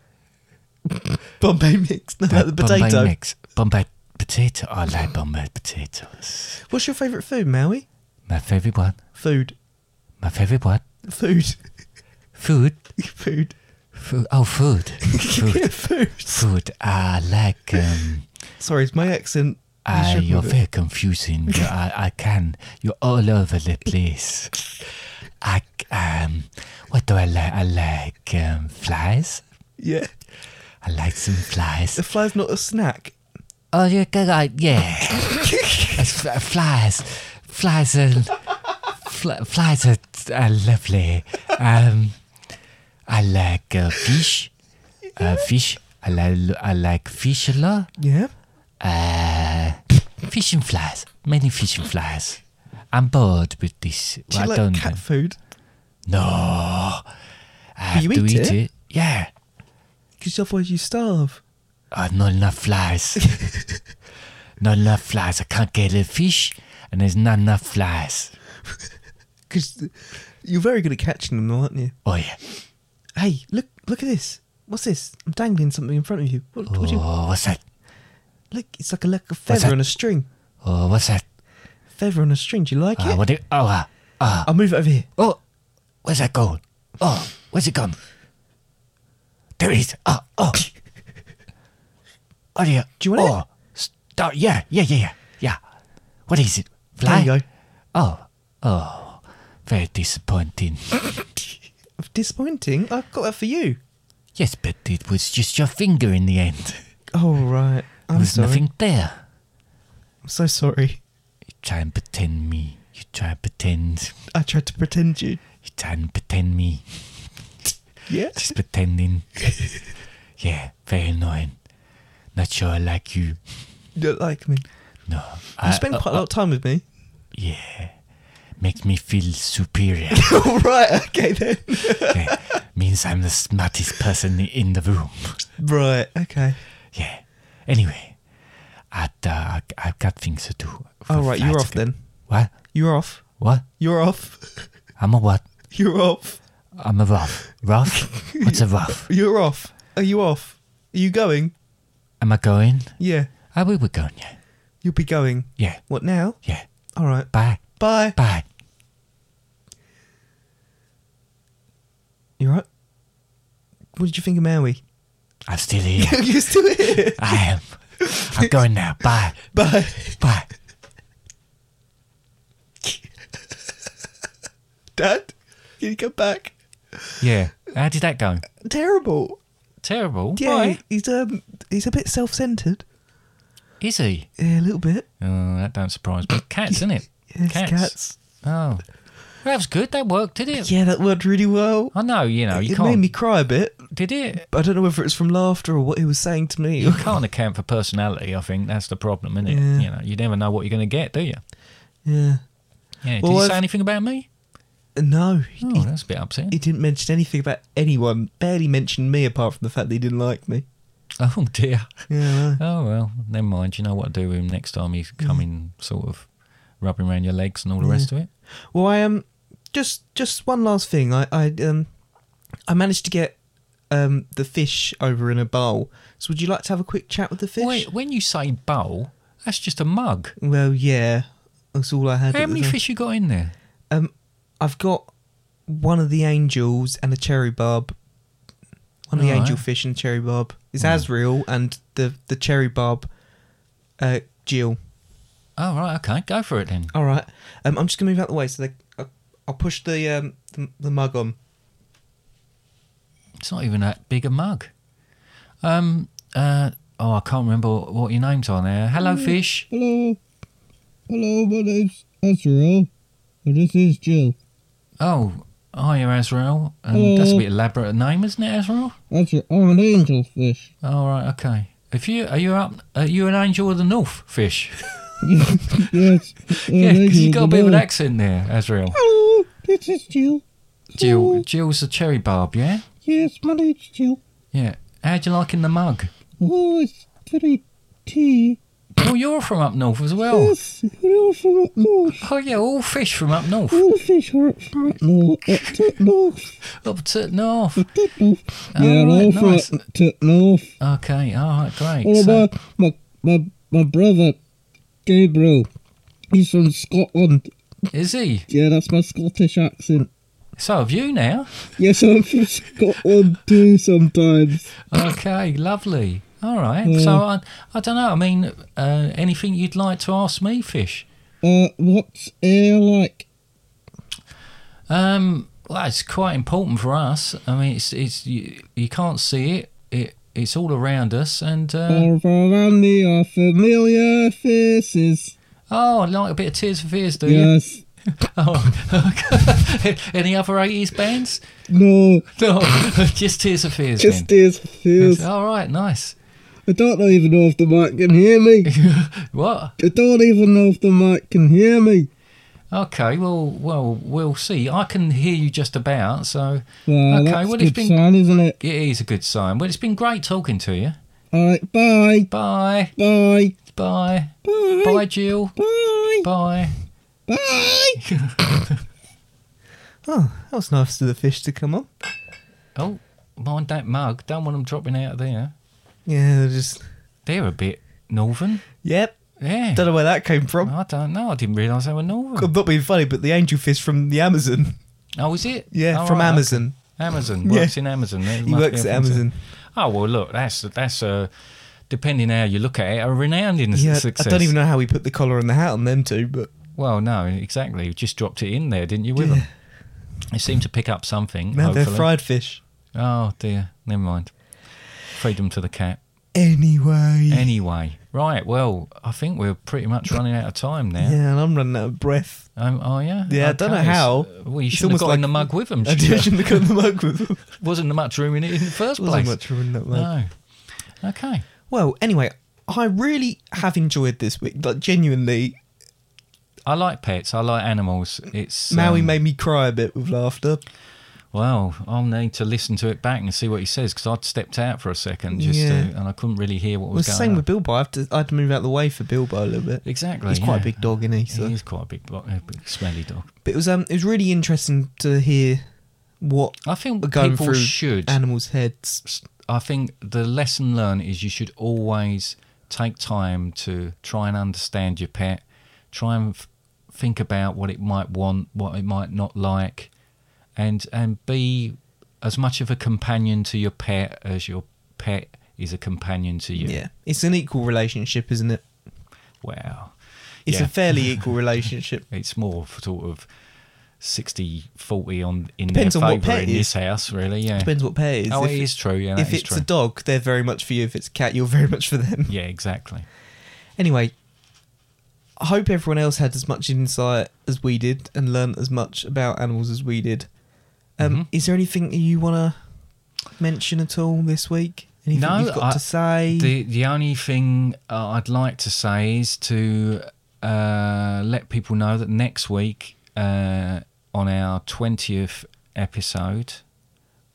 [SPEAKER 1] Bombay mix. (laughs) No, like (laughs) the
[SPEAKER 2] Bombay
[SPEAKER 1] potato.
[SPEAKER 2] mix. Bombay potato. I like Bombay potatoes.
[SPEAKER 1] What's your favourite food, Maui?
[SPEAKER 2] My favorite one.
[SPEAKER 1] Food.
[SPEAKER 2] My favorite one.
[SPEAKER 1] Food. (laughs)
[SPEAKER 2] Food.
[SPEAKER 1] food.
[SPEAKER 2] Food.
[SPEAKER 1] (laughs)
[SPEAKER 2] Oh, food. food.
[SPEAKER 1] food.
[SPEAKER 2] food. I like. Um,
[SPEAKER 1] Sorry, it's my accent. You
[SPEAKER 2] Ah,
[SPEAKER 1] should
[SPEAKER 2] you're
[SPEAKER 1] move it.
[SPEAKER 2] very confusing. You- I, I can. You're all over the place. I c- um, what do I like? I like um, flies.
[SPEAKER 1] (laughs) Yeah.
[SPEAKER 2] I like some flies.
[SPEAKER 1] The fly's not a snack.
[SPEAKER 2] Oh, yeah, go- go-
[SPEAKER 1] (laughs)
[SPEAKER 2] yeah. It's f- flies, flies are, fl- flies are, are lovely. Um, I like uh, fish, uh, fish. I like I like fish a lot.
[SPEAKER 1] Yeah.
[SPEAKER 2] Uh, fish and flies, many fish and flies. I'm bored with this.
[SPEAKER 1] Do you
[SPEAKER 2] I
[SPEAKER 1] like
[SPEAKER 2] don't
[SPEAKER 1] cat
[SPEAKER 2] know.
[SPEAKER 1] food?
[SPEAKER 2] No, I have
[SPEAKER 1] you
[SPEAKER 2] to
[SPEAKER 1] eat
[SPEAKER 2] eat
[SPEAKER 1] it?
[SPEAKER 2] it. Yeah,
[SPEAKER 1] Because otherwise you starve.
[SPEAKER 2] Oh, not enough
[SPEAKER 1] (laughs)
[SPEAKER 2] flies. not enough flies. I can't get a fish, and there's not enough flies.
[SPEAKER 1] Because you're very good at catching them, though, aren't you?
[SPEAKER 2] Oh yeah.
[SPEAKER 1] Hey, look, look at this. What's this? I'm dangling something in front of you. What, what do you
[SPEAKER 2] Oh, what's that?
[SPEAKER 1] look? It's like a like a feather
[SPEAKER 2] that?
[SPEAKER 1] on a string.
[SPEAKER 2] Oh, what's that?
[SPEAKER 1] Feather on a string. Do you like
[SPEAKER 2] Uh,
[SPEAKER 1] it?
[SPEAKER 2] what? do- oh, uh, uh,
[SPEAKER 1] I'll move it over here.
[SPEAKER 2] oh, where's that going? Oh, where's it gone? There it is. Oh, oh. oh yeah.
[SPEAKER 1] Do you want
[SPEAKER 2] oh, Stop. Yeah, yeah, yeah, yeah, yeah. What is it?
[SPEAKER 1] There
[SPEAKER 2] Fly?
[SPEAKER 1] you go.
[SPEAKER 2] Oh, oh, very disappointing.
[SPEAKER 1] Disappointing. I've got that for you.
[SPEAKER 2] yes, but it was just your finger in the end.
[SPEAKER 1] All right. I'm
[SPEAKER 2] There's
[SPEAKER 1] sorry.
[SPEAKER 2] nothing there.
[SPEAKER 1] I'm so sorry.
[SPEAKER 2] You try and pretend me. You try and pretend.
[SPEAKER 1] I tried to pretend you.
[SPEAKER 2] You try and pretend me.
[SPEAKER 1] Yeah.
[SPEAKER 2] Just pretending. yeah, very annoying. Not sure I like you.
[SPEAKER 1] (laughs) You don't like me. You
[SPEAKER 2] No. I,
[SPEAKER 1] spend
[SPEAKER 2] uh,
[SPEAKER 1] quite a lot of time with
[SPEAKER 2] (laughs)
[SPEAKER 1] me.
[SPEAKER 2] yeah. Makes me feel superior.
[SPEAKER 1] All right. Okay then. (laughs)
[SPEAKER 2] Okay. Means I'm the smartest person in the room.
[SPEAKER 1] right. Okay.
[SPEAKER 2] Yeah. Anyway, I, uh, I, I've got things to do.
[SPEAKER 1] All right. You're off then.
[SPEAKER 2] What?
[SPEAKER 1] You're off.
[SPEAKER 2] What?
[SPEAKER 1] You're off. (laughs)
[SPEAKER 2] I'm a what?
[SPEAKER 1] You're off.
[SPEAKER 2] I'm a rough.
[SPEAKER 1] (laughs)
[SPEAKER 2] Rough? What's a rough?
[SPEAKER 1] You're off. Are you off? Are you going?
[SPEAKER 2] Am I going?
[SPEAKER 1] Yeah.
[SPEAKER 2] Ah, we were going, yeah.
[SPEAKER 1] You'll be going.
[SPEAKER 2] Yeah,
[SPEAKER 1] What now?
[SPEAKER 2] yeah.
[SPEAKER 1] All right.
[SPEAKER 2] Bye.
[SPEAKER 1] Bye.
[SPEAKER 2] Bye.
[SPEAKER 1] You right? What did you think of Maui? (laughs)
[SPEAKER 2] I'm still here.
[SPEAKER 1] You're still here.
[SPEAKER 2] I am. I'm going now. Bye.
[SPEAKER 1] (laughs) Bye.
[SPEAKER 2] Bye.
[SPEAKER 1] Dad, can you come back?
[SPEAKER 2] Yeah. How did that go?
[SPEAKER 1] Terrible.
[SPEAKER 2] Terrible.
[SPEAKER 1] Yeah,
[SPEAKER 2] Why?
[SPEAKER 1] he's um he's a bit self-centered.
[SPEAKER 2] Is he?
[SPEAKER 1] Yeah, a little bit.
[SPEAKER 2] Oh, that don't surprise me. Cats, isn't it?
[SPEAKER 1] Yes, cats.
[SPEAKER 2] Oh. Well, that was good. That worked, did it?
[SPEAKER 1] Yeah, that worked really well.
[SPEAKER 2] I know, you know, you
[SPEAKER 1] it
[SPEAKER 2] can't.
[SPEAKER 1] made me cry a bit.
[SPEAKER 2] Did it?
[SPEAKER 1] But I don't know whether it's from laughter or what he was saying to me. (laughs)
[SPEAKER 2] You can't account for personality, I think. That's the problem, isn't it?
[SPEAKER 1] Yeah.
[SPEAKER 2] You know, you never know what you're going to get, do you?
[SPEAKER 1] yeah.
[SPEAKER 2] Yeah. Did
[SPEAKER 1] Well,
[SPEAKER 2] you
[SPEAKER 1] I've-
[SPEAKER 2] say anything about me?
[SPEAKER 1] No, he,
[SPEAKER 2] Oh, that's a bit upsetting.
[SPEAKER 1] he didn't mention anything about anyone. Barely mentioned me apart from the fact that he didn't like me.
[SPEAKER 2] (laughs) Oh, dear.
[SPEAKER 1] Yeah. I know.
[SPEAKER 2] Oh, well, never mind. You know what to do with him next time he's coming, sort of rubbing around your legs and all the rest of it?
[SPEAKER 1] Well, I um just just one last thing. I I um I managed to get um the fish over in a bowl. So would you like to have a quick chat with the fish?
[SPEAKER 2] Wait, when you say bowl, that's just a mug.
[SPEAKER 1] Well, yeah. That's all I had.
[SPEAKER 2] How
[SPEAKER 1] at the
[SPEAKER 2] many
[SPEAKER 1] time.
[SPEAKER 2] fish you got in there?
[SPEAKER 1] Um, I've got one of the angels and a cherry barb. One of the
[SPEAKER 2] Alright. Hmm.
[SPEAKER 1] angel fish and cherry barb. It's Azriel and the the cherry barb. Uh, Jill.
[SPEAKER 2] Oh, right, okay. Go for it then.
[SPEAKER 1] All right. Um, I'm just gonna move out the way so they. I'll, I'll push the um the, the mug on.
[SPEAKER 2] It's not even that big a mug. Um, uh, oh, I can't remember what your names are now. Hello, fish.
[SPEAKER 5] Hello. Hello, my name's Ezreal. And this is Jill.
[SPEAKER 2] Oh, hiya, Azrael. Um, that's a bit elaborate name, isn't it, Azrael?
[SPEAKER 5] That's your own angelfish.
[SPEAKER 2] All right, okay. If you are you up, are you an angel of the north, fish? (laughs)
[SPEAKER 5] Yes.
[SPEAKER 2] yeah, because you got a bit of an
[SPEAKER 5] that.
[SPEAKER 2] accent there, Azrael.
[SPEAKER 5] Hello, this is Jill.
[SPEAKER 2] Jill, Jill's a cherry barb, yeah,
[SPEAKER 5] Yes, my name's Jill.
[SPEAKER 2] yeah. How'd you like in the mug?
[SPEAKER 5] Oh, it's very tea.
[SPEAKER 2] Oh, you're from up north as well.
[SPEAKER 5] Yes, you're from up north.
[SPEAKER 2] Oh yeah, all fish from up north.
[SPEAKER 5] All the fish are from up north. Up to north.
[SPEAKER 2] Up to north.
[SPEAKER 5] Up to north. yeah,
[SPEAKER 2] right,
[SPEAKER 5] all from
[SPEAKER 2] nice.
[SPEAKER 5] up to north.
[SPEAKER 2] Okay, all right, great.
[SPEAKER 5] Well,
[SPEAKER 2] So-
[SPEAKER 5] my, my, my, my brother, Gabriel, he's from Scotland.
[SPEAKER 2] is he?
[SPEAKER 5] Yeah, that's my Scottish accent.
[SPEAKER 2] So have you now?
[SPEAKER 5] Yes, I'm
[SPEAKER 2] (laughs)
[SPEAKER 5] from Scotland too sometimes.
[SPEAKER 2] Okay, lovely. All right. So I, I don't know. I mean, uh, anything you'd like to ask me, Fish?
[SPEAKER 5] Uh, what's air like?
[SPEAKER 2] Um, well, it's quite important for us. I mean, it's it's you, you can't see it. It it's all around us. And uh,
[SPEAKER 5] Or around me are familiar faces.
[SPEAKER 2] oh, I like a bit of Tears for Fears, do you?
[SPEAKER 5] Yes.
[SPEAKER 2] (laughs) Oh, okay. (laughs) Any other eighties bands? (laughs)
[SPEAKER 5] No,
[SPEAKER 2] No, (laughs) just Tears for Fears.
[SPEAKER 5] just
[SPEAKER 2] then.
[SPEAKER 5] tears for fears.
[SPEAKER 2] All right, nice.
[SPEAKER 5] I don't even know if the mic can
[SPEAKER 2] (laughs)
[SPEAKER 5] hear me.
[SPEAKER 2] What?
[SPEAKER 5] I don't even know if the mic can hear me.
[SPEAKER 2] Okay, well, well, we'll see. I can hear you just about. So
[SPEAKER 5] Well,
[SPEAKER 2] okay,
[SPEAKER 5] that's
[SPEAKER 2] well, it's
[SPEAKER 5] a good
[SPEAKER 2] been
[SPEAKER 5] sign, isn't it?
[SPEAKER 2] It is a good sign. Well, it's been great talking to you.
[SPEAKER 5] Alright, bye.
[SPEAKER 2] Bye.
[SPEAKER 5] Bye.
[SPEAKER 2] Bye.
[SPEAKER 5] Bye.
[SPEAKER 2] Bye, Jill.
[SPEAKER 5] Bye.
[SPEAKER 2] Bye.
[SPEAKER 5] Bye.
[SPEAKER 1] Oh, that was nice to the fish to come on.
[SPEAKER 2] Oh, mind that mug. Don't want them dropping out of there.
[SPEAKER 1] Yeah, they're just.
[SPEAKER 2] They're a bit northern.
[SPEAKER 1] Yep.
[SPEAKER 2] Yeah.
[SPEAKER 1] Don't know where that came from.
[SPEAKER 2] I don't know. I didn't realise they were northern.
[SPEAKER 1] I'm not being funny, but the angel fish from the Amazon.
[SPEAKER 2] Oh, is it?
[SPEAKER 1] Yeah,
[SPEAKER 2] All
[SPEAKER 1] from
[SPEAKER 2] right, okay.
[SPEAKER 1] Amazon.
[SPEAKER 2] Amazon
[SPEAKER 1] Yeah.
[SPEAKER 2] works in Amazon. There
[SPEAKER 1] He
[SPEAKER 2] must
[SPEAKER 1] works
[SPEAKER 2] be a
[SPEAKER 1] at
[SPEAKER 2] thing to- (laughs)
[SPEAKER 1] Amazon.
[SPEAKER 2] Oh well, look, that's that's uh, depending how you look at it, a renowned in
[SPEAKER 1] Yeah,
[SPEAKER 2] success.
[SPEAKER 1] I don't even know how he put the collar and the hat on them two, but
[SPEAKER 2] Well, no, exactly. You just dropped it in there, didn't you? With
[SPEAKER 1] Yeah.
[SPEAKER 2] them, you seem to pick up something.
[SPEAKER 1] now they're
[SPEAKER 2] hopefully.
[SPEAKER 1] fried fish.
[SPEAKER 2] Oh dear, never mind. Freedom to the cat.
[SPEAKER 1] Anyway.
[SPEAKER 2] Anyway, right. Well, I think we're pretty much running out of time now.
[SPEAKER 1] yeah, and I'm running out of breath.
[SPEAKER 2] Um, are you?
[SPEAKER 1] Yeah, I don't know
[SPEAKER 2] Okay,
[SPEAKER 1] how.
[SPEAKER 2] so- uh, Well, you
[SPEAKER 1] It's
[SPEAKER 2] should
[SPEAKER 1] almost
[SPEAKER 2] have got
[SPEAKER 1] like-
[SPEAKER 2] in the mug with them.
[SPEAKER 1] (laughs) I didn't look at the mug with them.
[SPEAKER 2] (laughs)
[SPEAKER 1] (laughs)
[SPEAKER 2] Wasn't there much room in it in the 1st
[SPEAKER 1] Wasn't
[SPEAKER 2] place.
[SPEAKER 1] much room in that mug.
[SPEAKER 2] No. Okay.
[SPEAKER 1] Well, anyway, I really have enjoyed this week. Like, genuinely,
[SPEAKER 2] I like pets. I like animals. It's
[SPEAKER 1] Maui
[SPEAKER 2] um,
[SPEAKER 1] made me cry a bit with laughter.
[SPEAKER 2] Well, I'll need to listen to it back and see what he says because I'd stepped out for a second just
[SPEAKER 1] Yeah.
[SPEAKER 2] to, and I couldn't really hear what
[SPEAKER 1] Well,
[SPEAKER 2] was
[SPEAKER 1] it's the
[SPEAKER 2] going
[SPEAKER 1] same
[SPEAKER 2] on.
[SPEAKER 1] with Bilbo. I had, to, I had to move out of the way for Bilbo a little bit.
[SPEAKER 2] exactly.
[SPEAKER 1] He's quite
[SPEAKER 2] yeah.
[SPEAKER 1] a big dog, isn't he? So.
[SPEAKER 2] He is quite a big, block, a big smelly dog.
[SPEAKER 1] But it was um, it was really interesting to hear what
[SPEAKER 2] I think
[SPEAKER 1] were going
[SPEAKER 2] people
[SPEAKER 1] through
[SPEAKER 2] should.
[SPEAKER 1] animals' heads.
[SPEAKER 2] I think the lesson learned is you should always take time to try and understand your pet, try and f- think about what it might want, what it might not like, and and be as much of a companion to your pet as your pet is a companion to you.
[SPEAKER 1] Yeah, it's an equal relationship, isn't it?
[SPEAKER 2] Wow.
[SPEAKER 1] It's
[SPEAKER 2] Yeah. (laughs)
[SPEAKER 1] a fairly equal relationship.
[SPEAKER 2] It's more of sort of 60 40 on in
[SPEAKER 1] Depends
[SPEAKER 2] their
[SPEAKER 1] on what
[SPEAKER 2] favour
[SPEAKER 1] pet
[SPEAKER 2] in
[SPEAKER 1] it
[SPEAKER 2] this
[SPEAKER 1] is.
[SPEAKER 2] house, really. Yeah.
[SPEAKER 1] Depends what pair it is.
[SPEAKER 2] Oh,
[SPEAKER 1] If
[SPEAKER 2] it is true, yeah, that
[SPEAKER 1] if
[SPEAKER 2] is
[SPEAKER 1] it's
[SPEAKER 2] true.
[SPEAKER 1] a dog, they're very much for you. If it's a cat, you're very much for them.
[SPEAKER 2] Yeah, exactly.
[SPEAKER 1] Anyway, I hope everyone else had as much insight as we did and learnt as much about animals as we did. Um,
[SPEAKER 2] Mm-hmm.
[SPEAKER 1] Is there anything you want to mention at all this week? Anything you've got
[SPEAKER 2] I-
[SPEAKER 1] to say?
[SPEAKER 2] The the only thing uh, I'd like to say is to uh, let people know that next week uh, on our twentieth episode,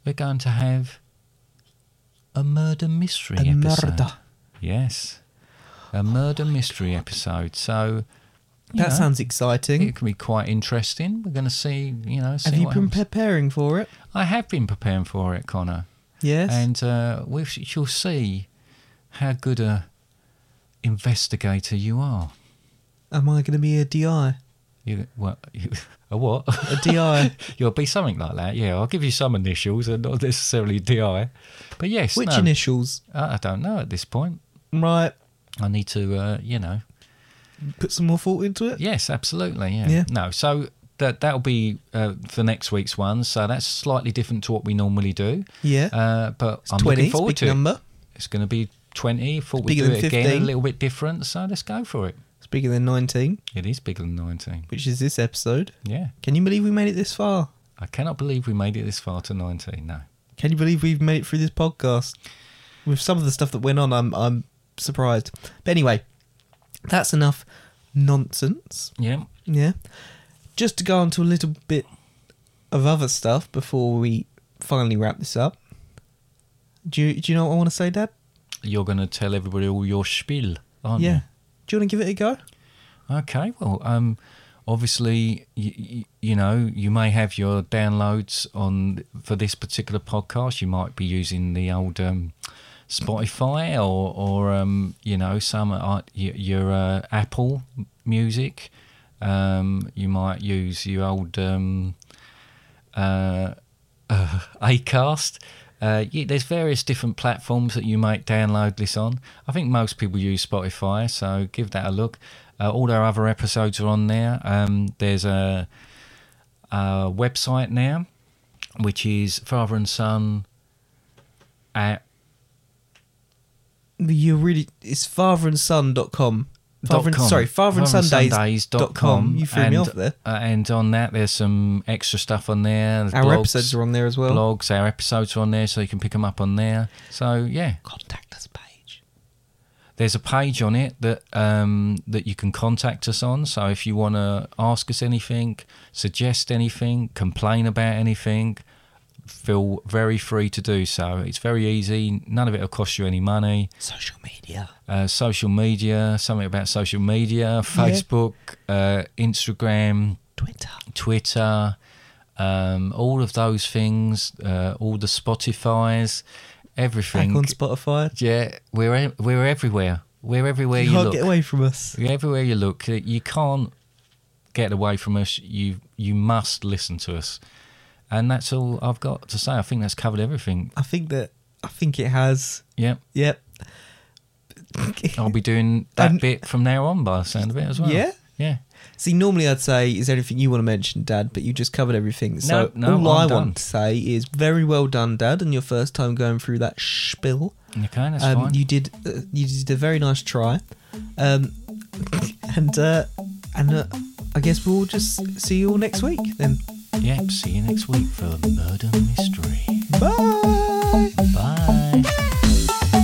[SPEAKER 2] we're going to have a murder mystery
[SPEAKER 1] A
[SPEAKER 2] episode.
[SPEAKER 1] murder. Oh
[SPEAKER 2] Yes, a murder mystery episode. So you
[SPEAKER 1] that
[SPEAKER 2] know,
[SPEAKER 1] sounds exciting.
[SPEAKER 2] It can be quite interesting. We're going to see. You know, see
[SPEAKER 1] Have you
[SPEAKER 2] what
[SPEAKER 1] been
[SPEAKER 2] happens.
[SPEAKER 1] preparing for it?
[SPEAKER 2] I have been preparing for it, Connor.
[SPEAKER 1] Yes.
[SPEAKER 2] And uh, we sh- shall see how good a investigator you are.
[SPEAKER 1] Am I going to be a DI?
[SPEAKER 2] You, well, you, (laughs) a what? (laughs)
[SPEAKER 1] A DI,
[SPEAKER 2] You'll be something like that. Yeah, I'll give you some initials and not necessarily DI. But yes,
[SPEAKER 1] which
[SPEAKER 2] no,
[SPEAKER 1] initials?
[SPEAKER 2] I, I don't know at this point.
[SPEAKER 1] Right.
[SPEAKER 2] I need to, uh, you know.
[SPEAKER 1] Put some more thought into it.
[SPEAKER 2] Yes, absolutely. Yeah.
[SPEAKER 1] Yeah.
[SPEAKER 2] No, so that that'll be uh, for next week's one. So that's slightly different to what we normally do.
[SPEAKER 1] Yeah.
[SPEAKER 2] Uh, but
[SPEAKER 1] It's
[SPEAKER 2] I'm
[SPEAKER 1] 20,
[SPEAKER 2] looking
[SPEAKER 1] it's a
[SPEAKER 2] forward
[SPEAKER 1] big
[SPEAKER 2] to it.
[SPEAKER 1] number.
[SPEAKER 2] It's going to be 20. Thought
[SPEAKER 1] It's
[SPEAKER 2] we'd
[SPEAKER 1] bigger
[SPEAKER 2] do
[SPEAKER 1] than
[SPEAKER 2] it again,
[SPEAKER 1] 15.
[SPEAKER 2] a little bit different. So let's go for it.
[SPEAKER 1] It's bigger than 19,
[SPEAKER 2] It is bigger than 19.
[SPEAKER 1] which is this episode.
[SPEAKER 2] Yeah.
[SPEAKER 1] Can you believe we made it this far?
[SPEAKER 2] I cannot believe we made it this far to 19. No.
[SPEAKER 1] Can you believe we've made it through this podcast? With some of the stuff that went on, I'm I'm surprised. But anyway, that's enough nonsense.
[SPEAKER 2] Yeah.
[SPEAKER 1] Yeah. Just to go on to a little bit of other stuff before we finally wrap this up. Do you, do you know what I want to say, Dad?
[SPEAKER 2] You're going to tell everybody all your spiel, aren't
[SPEAKER 1] yeah. Do you want to give it a go?
[SPEAKER 2] you? Okay. Well, um, obviously, y- y- you know, you may have your downloads on for this particular podcast. You might be using the old um, Spotify or, or um, you know, some uh, y- your uh, Apple Music. Um, you might use your old. Um, uh, uh, (laughs) Acast. Uh, yeah, there's various different platforms that you might download this on. I think most people use Spotify, so give that a look. Uh, all our other episodes are on there. Um, there's a, a website now, which is Father and Son at
[SPEAKER 1] You're really. It's fatherandson.com. Father and,
[SPEAKER 2] dot com.
[SPEAKER 1] sorry,
[SPEAKER 2] dot
[SPEAKER 1] fatherandsundays.com.
[SPEAKER 2] com.
[SPEAKER 1] You threw
[SPEAKER 2] and,
[SPEAKER 1] me off there.
[SPEAKER 2] uh, and on that, there's some extra stuff on there. There's
[SPEAKER 1] Our
[SPEAKER 2] blogs,
[SPEAKER 1] episodes are on there as well.
[SPEAKER 2] Blogs, our episodes are on there, so you can pick them up on there. So yeah,
[SPEAKER 1] Contact us page.
[SPEAKER 2] there's a page on it that um, that you can contact us on. So if you want to ask us anything, suggest anything, complain about anything, feel very free to do so. It's very easy. None of it will cost you any money.
[SPEAKER 1] Social media.
[SPEAKER 2] Uh, social media, something about social media, Facebook, uh, Instagram,
[SPEAKER 1] Twitter.
[SPEAKER 2] Twitter, um, all of those things, uh, all the Spotify's,
[SPEAKER 1] Back
[SPEAKER 2] everything.
[SPEAKER 1] on Spotify.
[SPEAKER 2] Yeah, we're e- we're everywhere. We're everywhere
[SPEAKER 1] You
[SPEAKER 2] you,
[SPEAKER 1] can't
[SPEAKER 2] look.
[SPEAKER 1] get away from us.
[SPEAKER 2] Everywhere you look, Uh, you can't get away from us. You you must listen to us, and that's all I've got to say. I think that's covered everything.
[SPEAKER 1] I think that I think it has.
[SPEAKER 2] Yeah,
[SPEAKER 1] Yep.
[SPEAKER 2] I'll be doing that
[SPEAKER 1] And-
[SPEAKER 2] bit from now on by the sound of it as well.
[SPEAKER 1] Yeah?
[SPEAKER 2] yeah.
[SPEAKER 1] See, normally I'd say, "Is there anything you want to mention, Dad?" But you just covered everything. So
[SPEAKER 2] no,
[SPEAKER 1] all
[SPEAKER 2] I'm
[SPEAKER 1] I
[SPEAKER 2] done.
[SPEAKER 1] want to say is, "Very well done, Dad, and your first time going through that spiel.
[SPEAKER 2] Okay, that's
[SPEAKER 1] um,
[SPEAKER 2] fine.
[SPEAKER 1] You did, uh, you did a very nice try, um, and uh, and uh, I guess we'll just see you all next week then.
[SPEAKER 2] Yep. See you next week for murder mystery.
[SPEAKER 1] Bye."
[SPEAKER 2] Bye.